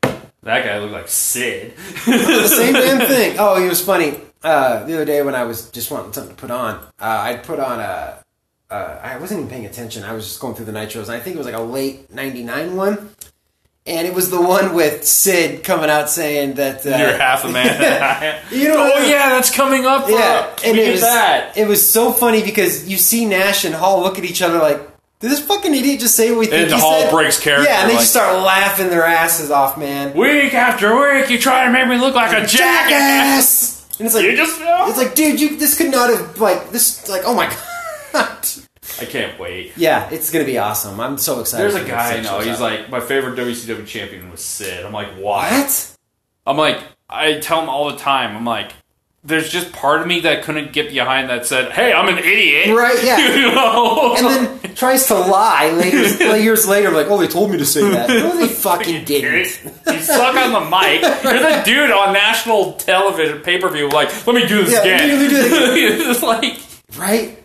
[SPEAKER 2] that guy looked like Sid.
[SPEAKER 1] the same damn thing. Oh, he was funny. Uh, the other day when I was just wanting something to put on, uh, I'd put on a. Uh, I wasn't even paying attention. I was just going through the nitros, and I think it was like a late '99 one, and it was the one with Sid coming out saying that uh,
[SPEAKER 2] You're half a man.
[SPEAKER 1] You know
[SPEAKER 2] oh
[SPEAKER 1] what?
[SPEAKER 2] yeah, that's coming up.
[SPEAKER 1] Yeah,
[SPEAKER 2] and
[SPEAKER 1] and
[SPEAKER 2] we
[SPEAKER 1] it
[SPEAKER 2] did
[SPEAKER 1] was
[SPEAKER 2] that.
[SPEAKER 1] it was so funny because you see Nash and Hall look at each other like, did this fucking idiot just say what we think
[SPEAKER 2] And
[SPEAKER 1] he
[SPEAKER 2] Hall
[SPEAKER 1] said?"
[SPEAKER 2] breaks character,
[SPEAKER 1] Yeah, and they
[SPEAKER 2] like-
[SPEAKER 1] just start laughing their asses off, man.
[SPEAKER 2] Week after week, you try to make me look like a jackass.
[SPEAKER 1] Jackass! And it's like
[SPEAKER 2] You just
[SPEAKER 1] it's like, dude, you this could not have like this like oh my god.
[SPEAKER 2] I can't wait.
[SPEAKER 1] yeah, it's gonna be awesome. I'm so excited.
[SPEAKER 2] There's a
[SPEAKER 1] for
[SPEAKER 2] guy I
[SPEAKER 1] this
[SPEAKER 2] know.
[SPEAKER 1] section.
[SPEAKER 2] He's like my favorite WCW champion was Sid. I'm like, why?
[SPEAKER 1] what?
[SPEAKER 2] I'm like, I tell him all the time. I'm like, there's just part of me that couldn't get behind that said, "Hey, I'm an idiot."
[SPEAKER 1] Right, yeah.
[SPEAKER 2] you know?
[SPEAKER 1] And then tries to lie later, years later, like, oh, they told me to say that. No, they fucking
[SPEAKER 2] you
[SPEAKER 1] didn't.
[SPEAKER 2] suck on the mic. You're the dude on national television pay per view. Like, let me do this
[SPEAKER 1] Yeah,
[SPEAKER 2] again.
[SPEAKER 1] let me do it
[SPEAKER 2] it's like
[SPEAKER 1] Right?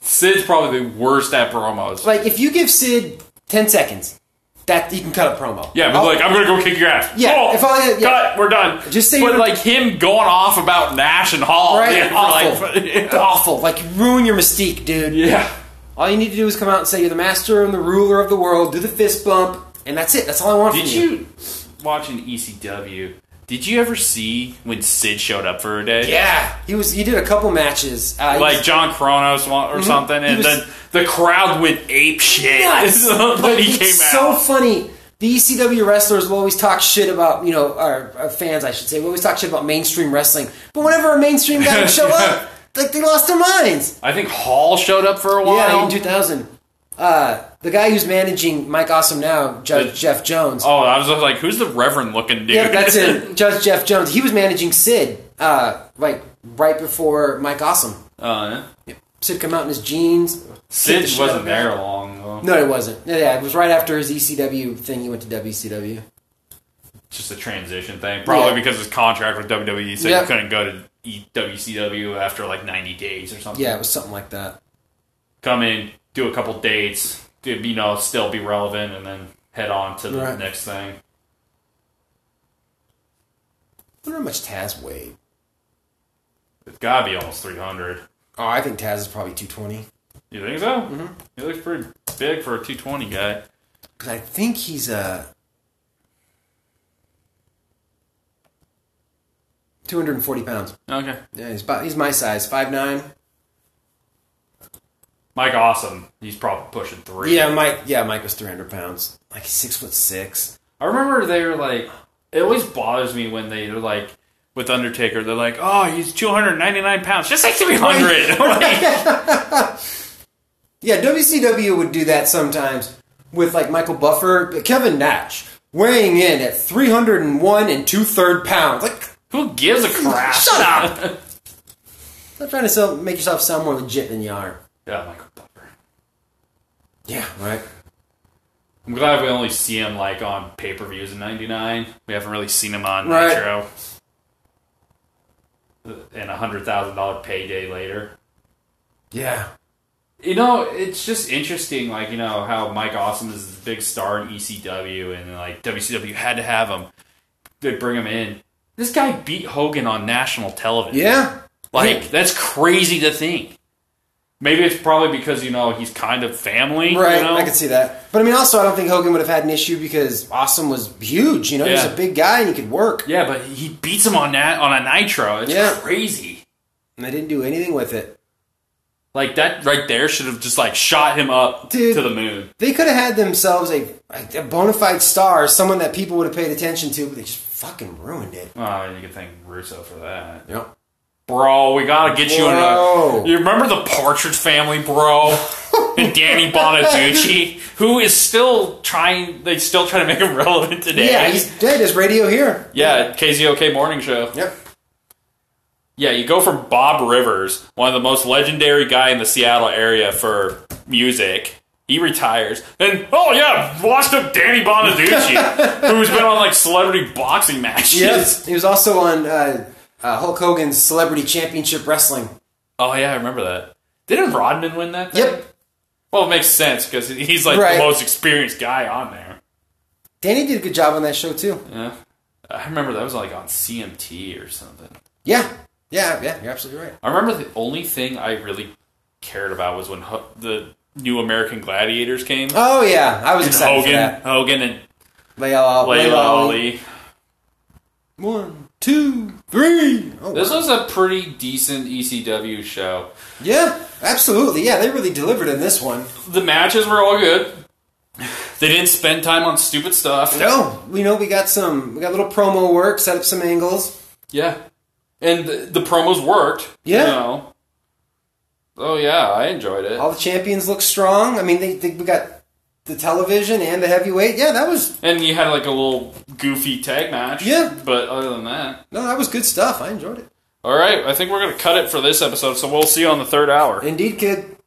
[SPEAKER 2] Sid's probably the worst at promos.
[SPEAKER 1] Like, if you give Sid 10 seconds, that you can cut a promo.
[SPEAKER 2] yeah, but
[SPEAKER 1] I'll-
[SPEAKER 2] like I'm gonna go kick your ass.
[SPEAKER 1] Yeah,
[SPEAKER 2] Oh,
[SPEAKER 1] if I- yeah.
[SPEAKER 2] cut, we're done.
[SPEAKER 1] Just say
[SPEAKER 2] but
[SPEAKER 1] you're-
[SPEAKER 2] like him going off about Nash and Hall,
[SPEAKER 1] Right,
[SPEAKER 2] yeah,
[SPEAKER 1] awful.
[SPEAKER 2] like-
[SPEAKER 1] It's awful. Like, you ruin your mystique, dude.
[SPEAKER 2] yeah.
[SPEAKER 1] All you need to do is come out and say you're the master and the ruler of the world, do the fist bump, and that's it. That's all I want
[SPEAKER 2] Did
[SPEAKER 1] from you.
[SPEAKER 2] you watching ECW? Did you ever see when Sid showed up for a day?
[SPEAKER 1] Yeah. He was. He did a couple matches. Uh, he
[SPEAKER 2] Like
[SPEAKER 1] was-
[SPEAKER 2] John Kronos wa- or something,
[SPEAKER 1] Mm-hmm. He was-
[SPEAKER 2] and then the crowd went ape shit.
[SPEAKER 1] nuts.
[SPEAKER 2] when he
[SPEAKER 1] It's
[SPEAKER 2] came
[SPEAKER 1] so
[SPEAKER 2] out.
[SPEAKER 1] funny. The ECW wrestlers will always talk shit about, you know, our, our fans, I should say, will always talk shit about mainstream wrestling. But whenever a mainstream guy would show up, like, they lost their minds.
[SPEAKER 2] I think Hall showed up for a
[SPEAKER 1] Yeah,
[SPEAKER 2] while.
[SPEAKER 1] in 2000. Uh, the guy who's managing Mike Awesome now, Judge
[SPEAKER 2] The-
[SPEAKER 1] Jeff Jones.
[SPEAKER 2] oh, I was just like, who's the Reverend looking dude?
[SPEAKER 1] yeah, that's it. Judge Jeff Jones. He was managing Sid, uh, like right before Mike Awesome.
[SPEAKER 2] Uh, yeah.
[SPEAKER 1] Sid come out in his jeans.
[SPEAKER 2] Sid
[SPEAKER 1] shit
[SPEAKER 2] wasn't
[SPEAKER 1] out.
[SPEAKER 2] there long though.
[SPEAKER 1] No, it wasn't. Yeah, Yeah, it was right after his ECW thing. He went to WCW.
[SPEAKER 2] Just a transition thing, probably
[SPEAKER 1] Yeah.
[SPEAKER 2] because his contract with WWE said
[SPEAKER 1] Yeah.
[SPEAKER 2] he couldn't go to e- WCW after like ninety days or something.
[SPEAKER 1] Yeah, it was something like that.
[SPEAKER 2] come in, do a couple dates, do- you know, still be relevant, and then head on to the
[SPEAKER 1] Right.
[SPEAKER 2] next thing.
[SPEAKER 1] I wonder how much Taz weighed.
[SPEAKER 2] It's gotta be almost 300.
[SPEAKER 1] Oh, I think Taz is probably 220.
[SPEAKER 2] You think so? Mm-hmm. He looks pretty big for a 220 guy.
[SPEAKER 1] Because I think he's Uh, 240 pounds.
[SPEAKER 2] Okay.
[SPEAKER 1] Yeah, he's about, he's my size, five nine.
[SPEAKER 2] Mike Awesome, he's probably pushing three.
[SPEAKER 1] Yeah, Mike. Yeah, Mike was three hundred pounds. Like he's six foot six.
[SPEAKER 2] I remember they were like, it always bothers me when they are like, with Undertaker, they're like, oh, he's 299 pounds. Just say 300. Like,
[SPEAKER 1] Yeah, WCW would do that sometimes with like Michael Buffer, but Kevin Nash weighing in at three hundred and one and two third pounds. Like,
[SPEAKER 2] who gives a crap?
[SPEAKER 1] shut up. Stop trying to sell, make yourself sound more legit than you are.
[SPEAKER 2] Yeah, Michael Buffer.
[SPEAKER 1] Yeah, right.
[SPEAKER 2] I'm glad we only see him like on pay per views in '99. We haven't really seen him on
[SPEAKER 1] Right.
[SPEAKER 2] Nitro. Uh, And a hundred thousand dollar payday later.
[SPEAKER 1] Yeah.
[SPEAKER 2] You know, it's just interesting, like, you know, how Mike Awesome is this big star in ECW and, like, WCW had to have him. They bring him in. This guy beat Hogan on national television.
[SPEAKER 1] Yeah.
[SPEAKER 2] Like, that's crazy to think. Maybe it's probably because, you know, he's kind of family.
[SPEAKER 1] Right.
[SPEAKER 2] You know?
[SPEAKER 1] I can see that. But I mean, also, I don't think Hogan would have had an issue because Awesome was huge. You know, he
[SPEAKER 2] Yeah.
[SPEAKER 1] was a big guy and he could work.
[SPEAKER 2] Yeah, but he beats him on that on a Nitro. It's
[SPEAKER 1] Yeah.
[SPEAKER 2] crazy.
[SPEAKER 1] And they didn't do anything with it.
[SPEAKER 2] Like, that right there should have just, like, shot him up
[SPEAKER 1] Dude.
[SPEAKER 2] to the moon.
[SPEAKER 1] They could have had themselves a, a bona fide star, someone that people would have paid attention to, but they just fucking ruined it.
[SPEAKER 2] Oh, you can thank Russo for that.
[SPEAKER 1] Yep.
[SPEAKER 2] Bro, we gotta get you in
[SPEAKER 1] Bro.
[SPEAKER 2] a. You remember the Partridge Family, bro? and Danny Bonaducci, who is still trying. They still try to make him relevant today.
[SPEAKER 1] Yeah, he's dead. His radio here.
[SPEAKER 2] yeah, KZOK Morning Show.
[SPEAKER 1] Yep.
[SPEAKER 2] Yeah, you go from Bob Rivers, one of the most legendary guy in the Seattle area for music. He retires. Then, oh yeah, washed up Danny Bonaducci, who's been on like celebrity boxing matches.
[SPEAKER 1] Yes. He was also on uh, uh, Hulk Hogan's Celebrity Championship Wrestling.
[SPEAKER 2] Oh yeah, I remember that. Didn't Rodman win that? Thing?
[SPEAKER 1] Yep.
[SPEAKER 2] Well, it makes sense because he's like
[SPEAKER 1] Right.
[SPEAKER 2] the most experienced guy on there.
[SPEAKER 1] Danny did a good job on that show, too.
[SPEAKER 2] Yeah, I remember that was like on CMT or something.
[SPEAKER 1] Yeah. Yeah, yeah, you're absolutely right.
[SPEAKER 2] I remember the only thing I really cared about was when Ho- the new American Gladiators came.
[SPEAKER 1] Oh, yeah. I was
[SPEAKER 2] and
[SPEAKER 1] excited for
[SPEAKER 2] Hogan,
[SPEAKER 1] that.
[SPEAKER 2] Hogan, and
[SPEAKER 1] Layla,
[SPEAKER 2] Layla
[SPEAKER 1] Ali.
[SPEAKER 2] Ali.
[SPEAKER 1] One, two, three. Oh,
[SPEAKER 2] This
[SPEAKER 1] wow.
[SPEAKER 2] was a pretty decent ECW show.
[SPEAKER 1] yeah, absolutely. Yeah, they really delivered in this one.
[SPEAKER 2] The matches were all good. They didn't spend time on stupid stuff.
[SPEAKER 1] No, we know we got some, we got a little promo work, set up some angles.
[SPEAKER 2] Yeah. And the, the promos worked.
[SPEAKER 1] Yeah.
[SPEAKER 2] You know. Oh, yeah, I enjoyed it.
[SPEAKER 1] All the champions look strong. I mean, they, they we got the television and the heavyweight. Yeah, that was
[SPEAKER 2] And you had like a little goofy tag match.
[SPEAKER 1] Yeah.
[SPEAKER 2] But other than that.
[SPEAKER 1] no, that was good stuff. I enjoyed it.
[SPEAKER 2] All right, I think we're going to cut it for this episode, so we'll see you on the third hour.
[SPEAKER 1] Indeed, kid.